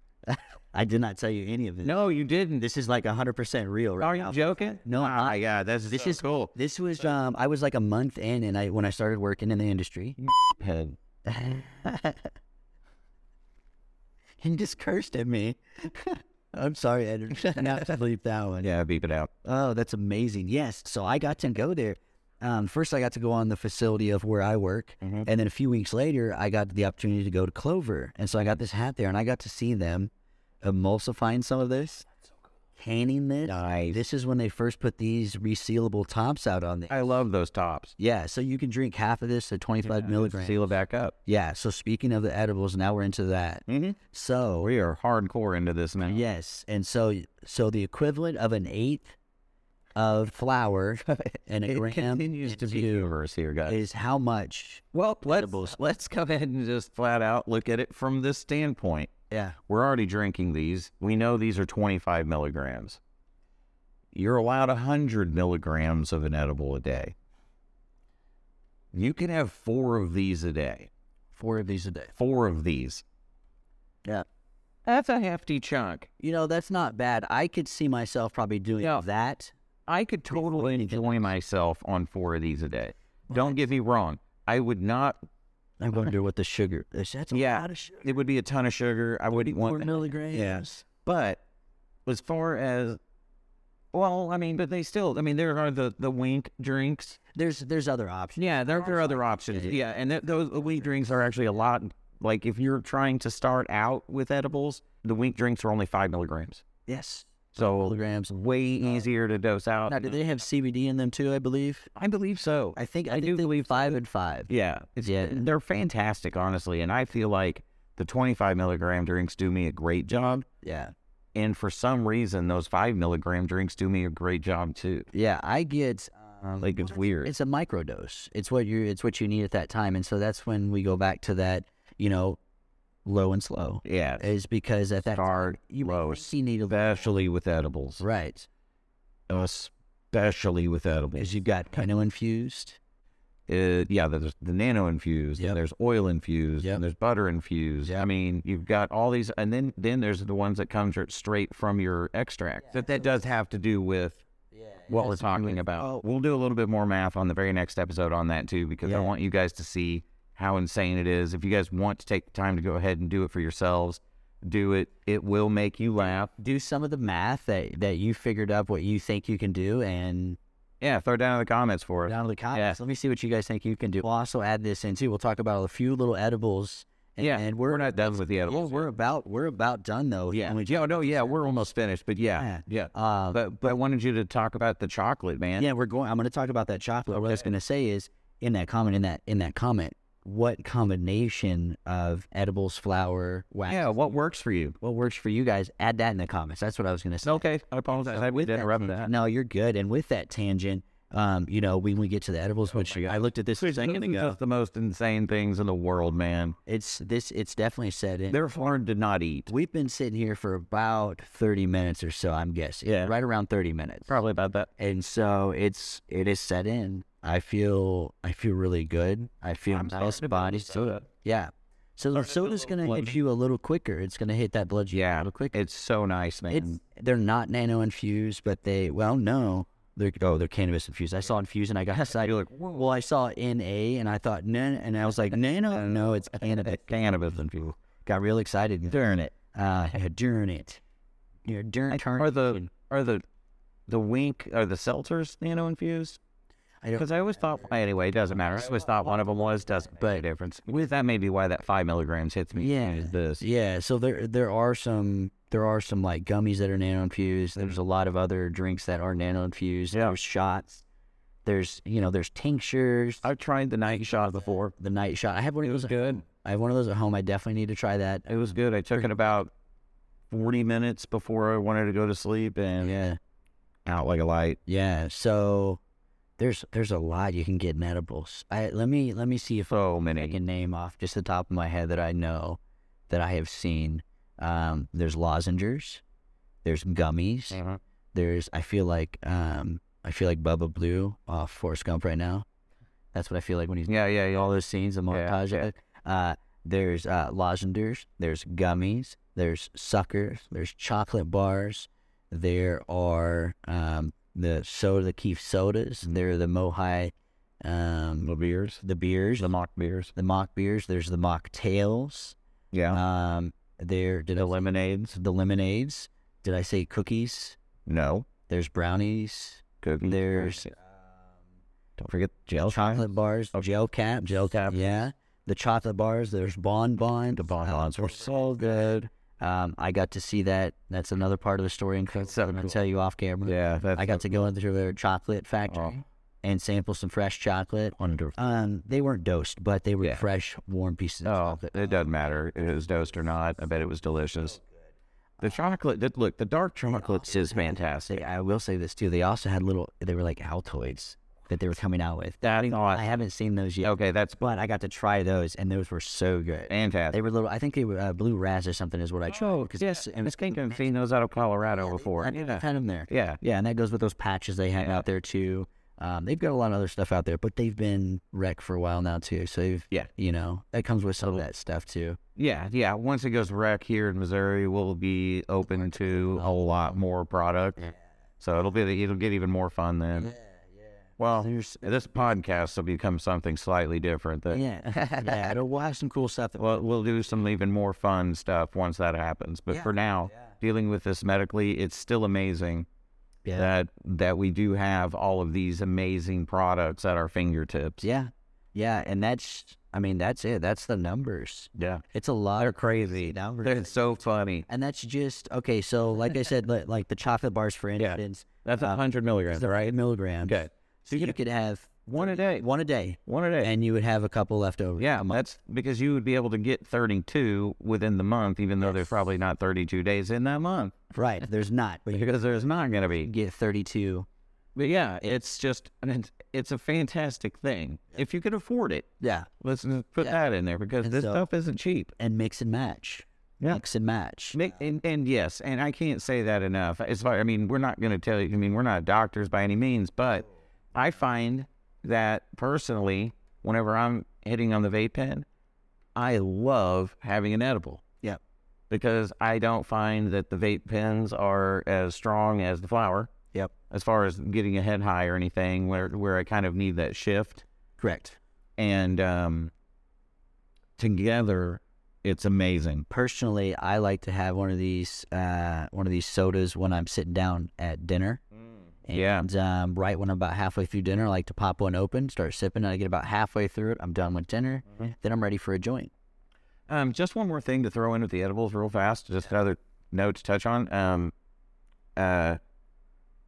[SPEAKER 2] I did not tell you any of this.
[SPEAKER 1] No, you didn't.
[SPEAKER 2] this is like hundred percent real. Right
[SPEAKER 1] Are
[SPEAKER 2] now.
[SPEAKER 1] you joking?
[SPEAKER 2] No, I'm
[SPEAKER 1] Oh
[SPEAKER 2] not.
[SPEAKER 1] my god, that's
[SPEAKER 2] This
[SPEAKER 1] so
[SPEAKER 2] is-
[SPEAKER 1] cool.
[SPEAKER 2] This was um, I was like a month in, and I when I started working in the industry,
[SPEAKER 1] Head.
[SPEAKER 2] he just cursed at me. I'm sorry, Edward. Now bleep that one.
[SPEAKER 1] Yeah, beep it out.
[SPEAKER 2] Oh, that's amazing. Yes. So I got to go there. Um, first, I got to go on the facility of where I work.
[SPEAKER 1] Mhm.
[SPEAKER 2] And then a few weeks later, I got the opportunity to go to Clover. And so I got this hat there and I got to see them emulsifying some of this, canning this. This is when they first put these resealable tops out on there.
[SPEAKER 1] I love those tops.
[SPEAKER 2] yeah. So you can drink half of this at 25 milligrams.
[SPEAKER 1] Seal it back up.
[SPEAKER 2] Yeah. So speaking of the edibles, now we're into that.
[SPEAKER 1] Mm-hmm.
[SPEAKER 2] So
[SPEAKER 1] We are hardcore into this now.
[SPEAKER 2] Yes, and so so the equivalent of an eighth of flour and a
[SPEAKER 1] it
[SPEAKER 2] gram
[SPEAKER 1] continues to be
[SPEAKER 2] into-
[SPEAKER 1] universe here, guys.
[SPEAKER 2] is how much?
[SPEAKER 1] well,
[SPEAKER 2] edibles.
[SPEAKER 1] let's let's go ahead and just flat out look at it from this standpoint.
[SPEAKER 2] Yeah,
[SPEAKER 1] We're already drinking these. We know these are 25 milligrams. You're allowed 100 milligrams of an edible a day. You can have four of these a day.
[SPEAKER 2] four of these a day.
[SPEAKER 1] Four of these.
[SPEAKER 2] Yeah,
[SPEAKER 1] That's a hefty chunk.
[SPEAKER 2] you know that's not bad. I could see myself probably doing
[SPEAKER 1] Yeah.
[SPEAKER 2] that.
[SPEAKER 1] I could totally enjoy myself on four of these a day. Don't get me wrong. I would not.
[SPEAKER 2] I wonder what the sugar. That's a
[SPEAKER 1] Yeah.
[SPEAKER 2] lot of sugar.
[SPEAKER 1] It would be a ton of sugar. I wouldn't
[SPEAKER 2] Four
[SPEAKER 1] want. that.
[SPEAKER 2] milligrams.
[SPEAKER 1] Yes. But as far as, well, I mean, but they still. I mean, there are the the wink drinks.
[SPEAKER 2] There's there's other options.
[SPEAKER 1] Yeah, there, there are other options. Yeah, and th- those the wink drinks are actually a lot. Like if you're trying to start out with edibles, the wink drinks are only five milligrams,
[SPEAKER 2] Yes.
[SPEAKER 1] so
[SPEAKER 2] Milligrams.
[SPEAKER 1] way easier to dose out.
[SPEAKER 2] Oh. Now, do they have CBD in them too? I believe.
[SPEAKER 1] I believe so.
[SPEAKER 2] I think I, think do they believe five and five.
[SPEAKER 1] Yeah, it's,
[SPEAKER 2] Yeah.
[SPEAKER 1] they're fantastic, honestly. And I feel like the 25 milligram drinks do me a great job.
[SPEAKER 2] Yeah.
[SPEAKER 1] And for some reason, those five milligram drinks do me a great job too.
[SPEAKER 2] Yeah, I get um,
[SPEAKER 1] Like it's weird.
[SPEAKER 2] it's a microdose. It's what you it's what you need at that time, and so that's when we go back to that. You know, low and slow
[SPEAKER 1] yeah,
[SPEAKER 2] is because at that
[SPEAKER 1] Start
[SPEAKER 2] time, you may
[SPEAKER 1] low,
[SPEAKER 2] think you need a
[SPEAKER 1] especially with edibles.
[SPEAKER 2] right
[SPEAKER 1] Especially with uh, edibles.
[SPEAKER 2] because you've got pino infused.
[SPEAKER 1] Uh, yeah, there's the nano infused,
[SPEAKER 2] Yep.
[SPEAKER 1] and there's oil infused,
[SPEAKER 2] Yep.
[SPEAKER 1] and there's butter infused. I mean, you've got all these, and then then there's the ones that come dr- straight from your extract. That that does have to do with
[SPEAKER 2] Yeah,
[SPEAKER 1] what we're talking about. We'll do a little bit more math on the very next episode on that too, because
[SPEAKER 2] oh. Yeah.
[SPEAKER 1] I want you guys to see how insane it is. If you guys want to take the time to go ahead and do it for yourselves, do it. It will make you laugh.
[SPEAKER 2] do some of the math that that you figured up what you think you can do, and
[SPEAKER 1] Yeah, throw it down in the comments for us.
[SPEAKER 2] down to the comments. Let me see what you guys think you can do. We'll also add this in too. We'll talk about a few little edibles. And,
[SPEAKER 1] yeah,
[SPEAKER 2] and we're,
[SPEAKER 1] not done with the
[SPEAKER 2] yeah,
[SPEAKER 1] edibles.
[SPEAKER 2] we're about we're about done though.
[SPEAKER 1] yeah,
[SPEAKER 2] And we-
[SPEAKER 1] yeah, Oh, no, yeah, we're almost finished, but yeah, yeah.
[SPEAKER 2] Um,
[SPEAKER 1] But but I wanted you to talk about the chocolate, man.
[SPEAKER 2] Yeah, we're going. I'm going to talk about that chocolate. What I was going to say is in that comment, in that in that comment, what combination of edibles, flour, wax,
[SPEAKER 1] yeah. What works for you?
[SPEAKER 2] what works for you guys? Add that in the comments. That's what I was going to say.
[SPEAKER 1] Okay, I apologize. I did interrupt that.
[SPEAKER 2] No, you're good. And with that tangent, um, you know, when we get to the edibles,
[SPEAKER 1] Oh
[SPEAKER 2] which I looked at this a second
[SPEAKER 1] Those are
[SPEAKER 2] ago,
[SPEAKER 1] the most insane things in the world, man.
[SPEAKER 2] it's this. It's definitely set in.
[SPEAKER 1] They're hard to not eat.
[SPEAKER 2] We've been sitting here for about 30 minutes or so. I'm guessing.
[SPEAKER 1] Yeah.
[SPEAKER 2] right around 30 minutes.
[SPEAKER 1] Probably about that.
[SPEAKER 2] and so it's it is set in. I feel I feel really good. I feel
[SPEAKER 1] I'm
[SPEAKER 2] nice
[SPEAKER 1] starting to
[SPEAKER 2] body
[SPEAKER 1] notice that.
[SPEAKER 2] soda. Yeah. So
[SPEAKER 1] Starting
[SPEAKER 2] the
[SPEAKER 1] to feel
[SPEAKER 2] soda's
[SPEAKER 1] a
[SPEAKER 2] gonna
[SPEAKER 1] little
[SPEAKER 2] hit
[SPEAKER 1] bloody.
[SPEAKER 2] you a little quicker. It's gonna hit that blood.
[SPEAKER 1] Yeah,
[SPEAKER 2] little quicker.
[SPEAKER 1] It's so nice, man.
[SPEAKER 2] It's they're not nano infused, but they well no they're oh they're cannabis infused. I saw infused and I got excited. like well I saw N A and I thought no and I was like no no no it's cannabis.
[SPEAKER 1] cannabis and people.
[SPEAKER 2] Got real excited.
[SPEAKER 1] Darn it.
[SPEAKER 2] Uh, during it. Yeah, during
[SPEAKER 1] Are the are the the wink are the seltzers nano infused?
[SPEAKER 2] I I don't.
[SPEAKER 1] Because I always thought, anyway, it doesn't matter. I always thought one of them was, doesn't make a difference. With that, may be why that five milligrams hits me.
[SPEAKER 2] Yeah.
[SPEAKER 1] Is this.
[SPEAKER 2] Yeah, so there there are some there are some like gummies that are nano infused. There's a lot of other drinks that are nano infused.
[SPEAKER 1] Mm-hmm. Yeah.
[SPEAKER 2] There's shots. There's you know there's tinctures.
[SPEAKER 1] I've tried the night shot before.
[SPEAKER 2] the night shot. I have one of those. at-
[SPEAKER 1] good.
[SPEAKER 2] I have one of those at home. I definitely need to try that.
[SPEAKER 1] It was good. I took it about 40 minutes before I wanted to go to sleep and
[SPEAKER 2] Yeah,
[SPEAKER 1] out like a light.
[SPEAKER 2] yeah. So there's there's a lot you can get in edibles. I let me let me see if
[SPEAKER 1] So
[SPEAKER 2] I
[SPEAKER 1] many.
[SPEAKER 2] can name off just the top of my head that I know that I have seen. Um, there's lozenges. There's gummies.
[SPEAKER 1] Mhm.
[SPEAKER 2] There's I feel like um I feel like Bubba Blue off Forrest Gump right now. That's what I feel like when he's
[SPEAKER 1] Yeah, yeah, yeah.
[SPEAKER 2] all those scenes, the montage. of it. Uh, there's uh, lozenges. There's gummies. There's suckers. There's chocolate bars. There are um the soda, the Keef sodas.
[SPEAKER 1] Mm-hmm.
[SPEAKER 2] There are the Mohai, um,
[SPEAKER 1] The beers.
[SPEAKER 2] the beers,
[SPEAKER 1] The mock beers.
[SPEAKER 2] the mock beers. There's the mock tails.
[SPEAKER 1] Yeah.
[SPEAKER 2] Um, there did I
[SPEAKER 1] the
[SPEAKER 2] say-
[SPEAKER 1] lemonades.
[SPEAKER 2] the lemonades. Did I say cookies?
[SPEAKER 1] No.
[SPEAKER 2] There's brownies.
[SPEAKER 1] Cookies.
[SPEAKER 2] There's
[SPEAKER 1] Don't forget Mm-hmm. gel Oh,
[SPEAKER 2] chocolate bars. Gel cap. Gel cap. Yeah. The chocolate bars. There's bonbons.
[SPEAKER 1] The bonbons were so good.
[SPEAKER 2] Um, I got to see that. That's another part of the story. And
[SPEAKER 1] That's so
[SPEAKER 2] I'm gonna
[SPEAKER 1] cool.
[SPEAKER 2] tell you off camera.
[SPEAKER 1] Yeah. That's
[SPEAKER 2] I got to go into their chocolate factory
[SPEAKER 1] Oh.
[SPEAKER 2] and sample some fresh chocolate.
[SPEAKER 1] wonderful.
[SPEAKER 2] Um, they weren't dosed, but they were
[SPEAKER 1] Yeah.
[SPEAKER 2] fresh, warm pieces of
[SPEAKER 1] Oh,
[SPEAKER 2] chocolate.
[SPEAKER 1] it doesn't matter if it was dosed or not. I bet it was delicious. The chocolate, that- look, the dark chocolate is
[SPEAKER 2] Say,
[SPEAKER 1] fantastic.
[SPEAKER 2] I will say this too. They also had little. They were like Altoids that they were coming out with.
[SPEAKER 1] That's
[SPEAKER 2] I
[SPEAKER 1] awesome.
[SPEAKER 2] haven't seen those yet,
[SPEAKER 1] Okay, that's
[SPEAKER 2] but I got to try those, and those were so good. They
[SPEAKER 1] fantastic.
[SPEAKER 2] were little. I think they were uh, blue raz or something is what I tried.
[SPEAKER 1] Oh, yes, and it's came and seen those out of Colorado before.
[SPEAKER 2] I
[SPEAKER 1] Yeah,
[SPEAKER 2] had them there.
[SPEAKER 1] yeah,
[SPEAKER 2] Yeah, and that goes with those patches they have
[SPEAKER 1] Yeah.
[SPEAKER 2] out there too. Um, they've got a lot of other stuff out there, but they've been wrecked for a while now too. So they've,
[SPEAKER 1] Yeah.
[SPEAKER 2] you know, that comes with some of that stuff too.
[SPEAKER 1] yeah, yeah. Once it goes wreck here in Missouri, we'll be open to a whole lot more product. So it'll be it'll get even more fun then. Well,
[SPEAKER 2] There's,
[SPEAKER 1] this podcast will become something slightly different. That
[SPEAKER 2] yeah, yeah. It'll, we'll have some cool stuff. That,
[SPEAKER 1] Well, we'll do some even more fun stuff once that happens. But
[SPEAKER 2] Yeah.
[SPEAKER 1] for now, dealing with this medically, it's still amazing
[SPEAKER 2] yeah,
[SPEAKER 1] that that we do have all of these amazing products at our fingertips.
[SPEAKER 2] yeah, yeah. And that's, I mean, that's it. That's the numbers.
[SPEAKER 1] Yeah,
[SPEAKER 2] It's a lot. They're crazy numbers.
[SPEAKER 1] it's so funny.
[SPEAKER 2] and that's just okay. So, like I said, li- like the chocolate bars, for
[SPEAKER 1] Yeah.
[SPEAKER 2] instance,
[SPEAKER 1] That's a hundred milligrams,
[SPEAKER 2] they're
[SPEAKER 1] right?
[SPEAKER 2] milligrams.
[SPEAKER 1] Okay,
[SPEAKER 2] Uh, So you could have
[SPEAKER 1] one a day,
[SPEAKER 2] one a day,
[SPEAKER 1] one a day.
[SPEAKER 2] and you would have a couple left over.
[SPEAKER 1] Yeah, that's because you would be able to get thirty-two within the month, even though there's probably not thirty-two days in that month
[SPEAKER 2] Right. There's not, but
[SPEAKER 1] because there's not going to be.
[SPEAKER 2] get 32.
[SPEAKER 1] But yeah, it's just and it's, it's a fantastic thing if you could afford it.
[SPEAKER 2] Yeah.
[SPEAKER 1] Let's just put
[SPEAKER 2] Yeah.
[SPEAKER 1] that in there because
[SPEAKER 2] And
[SPEAKER 1] this
[SPEAKER 2] so-
[SPEAKER 1] stuff isn't cheap.
[SPEAKER 2] And mix and match.
[SPEAKER 1] Yeah.
[SPEAKER 2] Mix and match.
[SPEAKER 1] Ma- And, and yes, and I can't say that enough. As far, I mean, we're not going to tell you. I mean, we're not doctors by any means, but I find that personally, whenever I'm hitting on the vape pen, I love having an edible.
[SPEAKER 2] Yep.
[SPEAKER 1] Because I don't find that the vape pens are as strong as the flower.
[SPEAKER 2] Yep.
[SPEAKER 1] As far as getting a head high or anything, where where I kind of need that shift.
[SPEAKER 2] Correct.
[SPEAKER 1] and um, together it's amazing.
[SPEAKER 2] Personally, I like to have one of these uh, one of these sodas when I'm sitting down at dinner.
[SPEAKER 1] Mm, Yeah.
[SPEAKER 2] And um, right when I'm about halfway through dinner, I like to pop one open, start sipping. I get about halfway through it. I'm done with dinner.
[SPEAKER 1] Mm-hmm.
[SPEAKER 2] Then I'm ready for a joint.
[SPEAKER 1] Um, just one more thing to throw in with the edibles, real fast. Just another note to touch on. Um, uh,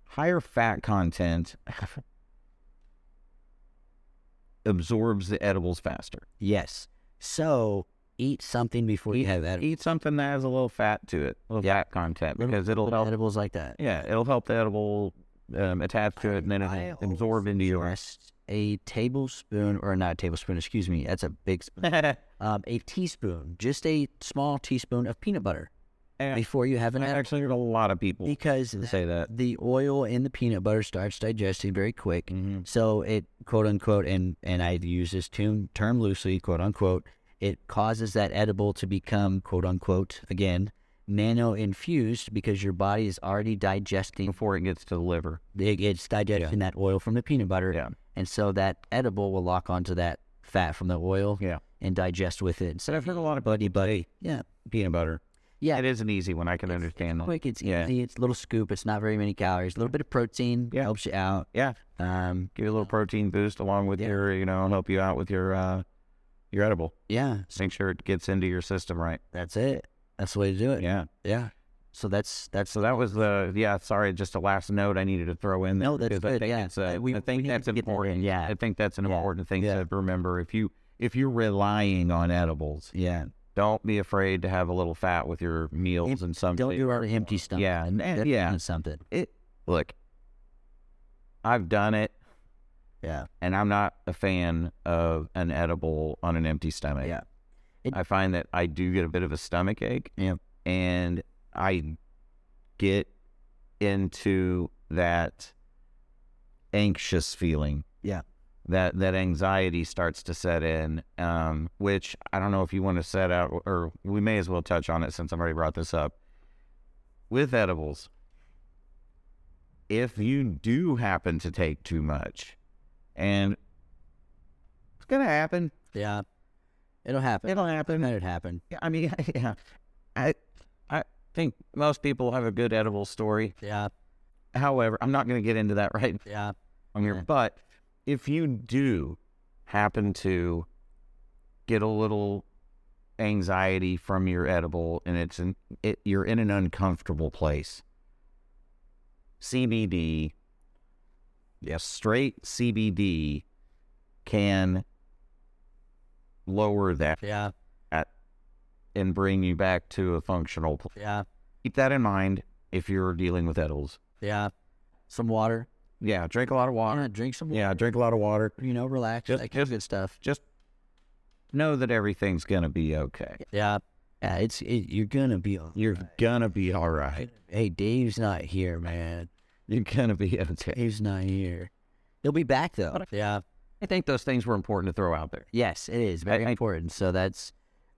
[SPEAKER 1] higher fat content absorbs the edibles faster.
[SPEAKER 2] Yes. So eat something before you have that.
[SPEAKER 1] Eat something that has a little fat to it, a little fat content,
[SPEAKER 2] Little-
[SPEAKER 1] because it'll help.
[SPEAKER 2] edibles like that.
[SPEAKER 1] Yeah, it'll help the edible um, attach to it, and then
[SPEAKER 2] I
[SPEAKER 1] it'll absorb into your.
[SPEAKER 2] Just a tablespoon, or not a tablespoon, excuse me. That's a big spoon. um, a teaspoon, just a small teaspoon of peanut butter
[SPEAKER 1] And
[SPEAKER 2] before you have an edible.
[SPEAKER 1] actually, a lot of people
[SPEAKER 2] Because
[SPEAKER 1] say that.
[SPEAKER 2] the oil in the peanut butter starts digesting very quick.
[SPEAKER 1] Mm-hmm.
[SPEAKER 2] So it, quote unquote, and, and I use this term, term loosely, quote unquote, it causes that edible to become, quote unquote, again, nano infused because your body is already digesting,
[SPEAKER 1] before it gets to the liver.
[SPEAKER 2] it, it's digesting that oil from the peanut butter.
[SPEAKER 1] Yeah.
[SPEAKER 2] And so that edible will lock onto that fat from the oil
[SPEAKER 1] Yeah.
[SPEAKER 2] and digest with it.
[SPEAKER 1] But
[SPEAKER 2] So,
[SPEAKER 1] I've heard a lot of
[SPEAKER 2] buddy, buddy. Yeah.
[SPEAKER 1] peanut butter.
[SPEAKER 2] Yeah.
[SPEAKER 1] It isn't easy when I can
[SPEAKER 2] It's-
[SPEAKER 1] understand
[SPEAKER 2] it's
[SPEAKER 1] that.
[SPEAKER 2] quick. It's
[SPEAKER 1] Yeah.
[SPEAKER 2] easy. It's a little scoop. It's not very many calories. A little bit of protein
[SPEAKER 1] Yeah.
[SPEAKER 2] helps you out.
[SPEAKER 1] Yeah.
[SPEAKER 2] Um,
[SPEAKER 1] Give you a little protein boost along with
[SPEAKER 2] Yeah.
[SPEAKER 1] your, you know, help you out with your uh your edible.
[SPEAKER 2] yeah,
[SPEAKER 1] Just make sure it gets into your system right.
[SPEAKER 2] that's it. That's the way to do it.
[SPEAKER 1] Yeah.
[SPEAKER 2] Yeah. So that's that's
[SPEAKER 1] So that was the yeah. Sorry, just a last note I needed to throw in. there
[SPEAKER 2] No, that's
[SPEAKER 1] because I
[SPEAKER 2] good,
[SPEAKER 1] think
[SPEAKER 2] yeah.
[SPEAKER 1] it's, uh,
[SPEAKER 2] Uh, we-
[SPEAKER 1] I think
[SPEAKER 2] we need
[SPEAKER 1] that's
[SPEAKER 2] to get that in,
[SPEAKER 1] important.
[SPEAKER 2] yeah.
[SPEAKER 1] I think that's an
[SPEAKER 2] Yeah,
[SPEAKER 1] important thing
[SPEAKER 2] yeah.
[SPEAKER 1] to remember. If you if you're relying on edibles,
[SPEAKER 2] yeah.
[SPEAKER 1] don't be afraid to have a little fat with your meals and something.
[SPEAKER 2] Don't do it on an empty stomach.
[SPEAKER 1] Yeah, and, and
[SPEAKER 2] That's
[SPEAKER 1] yeah.
[SPEAKER 2] kinda something.
[SPEAKER 1] It look, I've done it,
[SPEAKER 2] Yeah.
[SPEAKER 1] and I'm not a fan of an edible on an empty stomach.
[SPEAKER 2] Yeah. It-
[SPEAKER 1] I find that I do get a bit of a stomach ache.
[SPEAKER 2] Yeah.
[SPEAKER 1] And I get into that anxious feeling.
[SPEAKER 2] Yeah.
[SPEAKER 1] That that anxiety starts to set in, um, which I don't know if you want to set out, or we may as well touch on it since I've already brought this up. With edibles, if you do happen to take too much, and it's gonna happen,
[SPEAKER 2] Yeah. It'll happen.
[SPEAKER 1] it'll
[SPEAKER 2] I've
[SPEAKER 1] happen.
[SPEAKER 2] had it happen.
[SPEAKER 1] Yeah, I mean, yeah, I, I think most people have a good edible story.
[SPEAKER 2] Yeah.
[SPEAKER 1] However, I'm not going to get into that right
[SPEAKER 2] Yeah.
[SPEAKER 1] on here.
[SPEAKER 2] Yeah.
[SPEAKER 1] But if you do happen to get a little anxiety from your edible, and it's an, it, you're in an uncomfortable place, CBD, yes, straight CBD can lower that
[SPEAKER 2] Yeah.
[SPEAKER 1] and bring you back to a functional. Pl-
[SPEAKER 2] Yeah.
[SPEAKER 1] Keep that in mind if you're dealing with edibles.
[SPEAKER 2] Yeah. Some water.
[SPEAKER 1] Yeah, drink a lot of water.
[SPEAKER 2] Yeah, drink some water.
[SPEAKER 4] Yeah, drink a lot of water.
[SPEAKER 2] You know, relax.
[SPEAKER 1] Just-
[SPEAKER 2] that kind of good stuff.
[SPEAKER 1] Just know that everything's gonna be okay.
[SPEAKER 2] Yeah. Yeah. It's it, you're gonna be. all-
[SPEAKER 1] You're gonna be all right.
[SPEAKER 2] Hey, Dave's not here, man.
[SPEAKER 1] You're gonna be okay.
[SPEAKER 2] Dave's not here. He'll be back though. Yeah.
[SPEAKER 1] I think those things were important to throw out there.
[SPEAKER 2] Yes, it is very
[SPEAKER 1] I-
[SPEAKER 2] important. So that's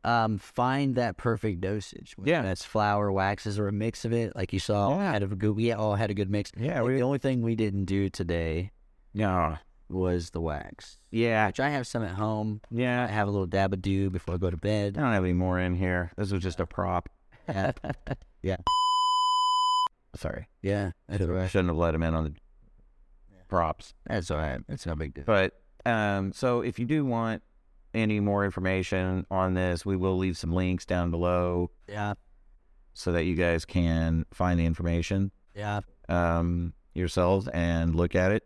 [SPEAKER 2] um, find that perfect dosage. whether
[SPEAKER 1] Yeah.
[SPEAKER 2] that's flour, waxes, or a mix of it. Like you saw,
[SPEAKER 1] Yeah.
[SPEAKER 2] had a good. We all had a good mix.
[SPEAKER 1] Yeah,
[SPEAKER 2] Like, the only thing we didn't do today
[SPEAKER 1] yeah,
[SPEAKER 2] was the wax,
[SPEAKER 1] yeah,
[SPEAKER 2] which I have some at home. I
[SPEAKER 1] yeah.
[SPEAKER 2] have a little dab of do before I go to
[SPEAKER 1] I
[SPEAKER 2] bed.
[SPEAKER 1] don't have any more in here. This was just a prop.
[SPEAKER 2] yeah,
[SPEAKER 1] Sorry,
[SPEAKER 2] yeah, that's all
[SPEAKER 1] I
[SPEAKER 2] right.
[SPEAKER 1] shouldn't have let him in on the props.
[SPEAKER 2] That's all right. That's no big deal.
[SPEAKER 1] But um, so if you do want any more information on this, we will leave some links down below.
[SPEAKER 2] Yeah,
[SPEAKER 1] so that you guys can find the information
[SPEAKER 2] yeah,
[SPEAKER 1] um, yourselves and look at it.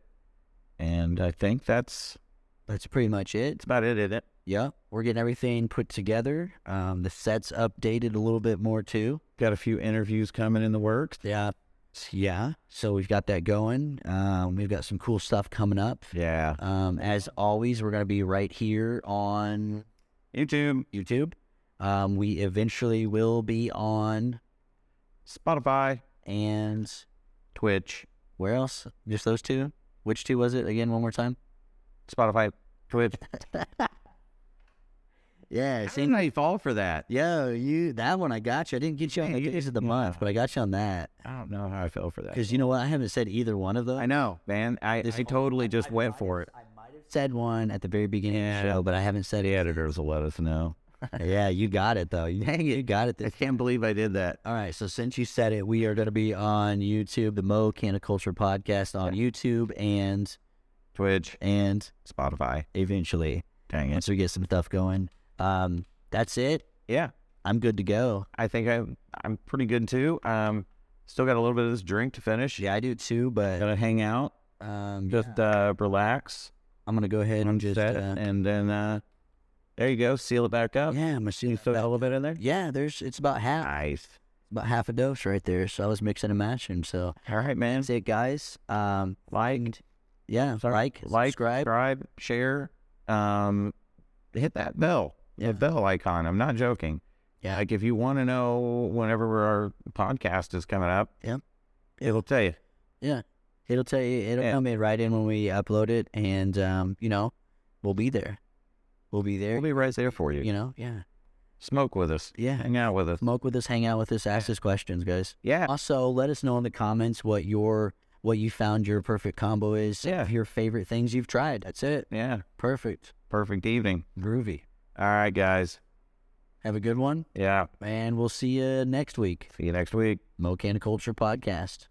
[SPEAKER 1] And I think that's
[SPEAKER 2] that's pretty much it.
[SPEAKER 1] that's about it, isn't it?
[SPEAKER 2] Yeah, we're getting everything put together. Um, the set's updated a little bit more too.
[SPEAKER 1] Got a few interviews coming in the works.
[SPEAKER 2] Yeah, yeah. So we've got that going. Um, we've got some cool stuff coming up.
[SPEAKER 1] Yeah.
[SPEAKER 2] Um, as always, we're gonna be right here on
[SPEAKER 1] YouTube,
[SPEAKER 2] YouTube. Um, we eventually will be on
[SPEAKER 1] Spotify,
[SPEAKER 2] and
[SPEAKER 1] Twitch,
[SPEAKER 2] where else? Just those two. Which two was it again? One more time.
[SPEAKER 1] Spotify, Twitch.
[SPEAKER 2] Yeah,
[SPEAKER 1] How did I fall for that?
[SPEAKER 2] Yo, you that one I got you. I didn't get you on
[SPEAKER 1] Yeah,
[SPEAKER 2] the
[SPEAKER 1] you
[SPEAKER 2] days
[SPEAKER 1] did-
[SPEAKER 2] of the month,
[SPEAKER 1] yeah.
[SPEAKER 2] but I got you on that.
[SPEAKER 1] I don't know how I fell for that.
[SPEAKER 2] Because you know what? I haven't said either one of those.
[SPEAKER 1] I know, man. I,
[SPEAKER 2] This-
[SPEAKER 1] I totally just went for it.
[SPEAKER 2] I might have said one at the very beginning of the
[SPEAKER 1] Yeah.
[SPEAKER 2] show, but I haven't said
[SPEAKER 1] The
[SPEAKER 2] it.
[SPEAKER 1] editors will let us know.
[SPEAKER 2] yeah, you got it though. Dang it, you got it.
[SPEAKER 1] I
[SPEAKER 2] This-
[SPEAKER 1] can't believe I did that.
[SPEAKER 2] All right, so since you said it, we are going to be on YouTube, the Mo Culture podcast on YouTube, and
[SPEAKER 1] Twitch,
[SPEAKER 2] and
[SPEAKER 1] Spotify.
[SPEAKER 2] eventually
[SPEAKER 1] Dang it.
[SPEAKER 2] once we get some stuff going. Um, that's it.
[SPEAKER 1] Yeah.
[SPEAKER 2] I'm good to go.
[SPEAKER 1] I think I, I'm pretty good too. Um, still got a little bit of this drink to finish.
[SPEAKER 2] Yeah, I do too, but
[SPEAKER 1] Gotta hang out.
[SPEAKER 2] um,
[SPEAKER 1] just uh, relax,
[SPEAKER 2] I'm gonna go ahead and just
[SPEAKER 1] set,
[SPEAKER 2] uh,
[SPEAKER 1] and then uh, there you go, seal it back up.
[SPEAKER 2] yeah, I'm assuming
[SPEAKER 1] Throw a little bit in there.
[SPEAKER 2] Yeah, there's it's about half
[SPEAKER 1] Nice.
[SPEAKER 2] about half a dose right there. So I was mixing and matching. So
[SPEAKER 1] All right, man.
[SPEAKER 2] that's it, guys. Um,
[SPEAKER 1] Like,
[SPEAKER 2] yeah, like,
[SPEAKER 1] like,
[SPEAKER 2] subscribe.
[SPEAKER 1] subscribe, share. Um, hit that bell,
[SPEAKER 2] Yeah.
[SPEAKER 1] the bell icon. I'm not joking.
[SPEAKER 2] Yeah.
[SPEAKER 1] Like if you want to know whenever our podcast is coming up,
[SPEAKER 2] Yep.
[SPEAKER 1] it'll tell you.
[SPEAKER 2] It'll tell you. It'll
[SPEAKER 1] Yeah.
[SPEAKER 2] come in right in when we upload it, and um, you know, we'll be there. We'll be there.
[SPEAKER 1] We'll be right there for you.
[SPEAKER 2] you know, yeah,
[SPEAKER 1] Smoke with us.
[SPEAKER 2] yeah.
[SPEAKER 1] Hang out with us.
[SPEAKER 2] Smoke with us, hang out with us, ask us questions, guys.
[SPEAKER 1] Yeah.
[SPEAKER 2] Also, let us know in the comments what your what you found your perfect combo is.
[SPEAKER 1] Yeah.
[SPEAKER 2] of Your favorite things you've tried. That's it.
[SPEAKER 1] Yeah.
[SPEAKER 2] Perfect.
[SPEAKER 1] Perfect evening.
[SPEAKER 2] Groovy.
[SPEAKER 1] All right, guys.
[SPEAKER 2] Have a good one,
[SPEAKER 1] Yeah.
[SPEAKER 2] and we'll see you next week.
[SPEAKER 1] See you next week.
[SPEAKER 2] Mocan Culture Podcast.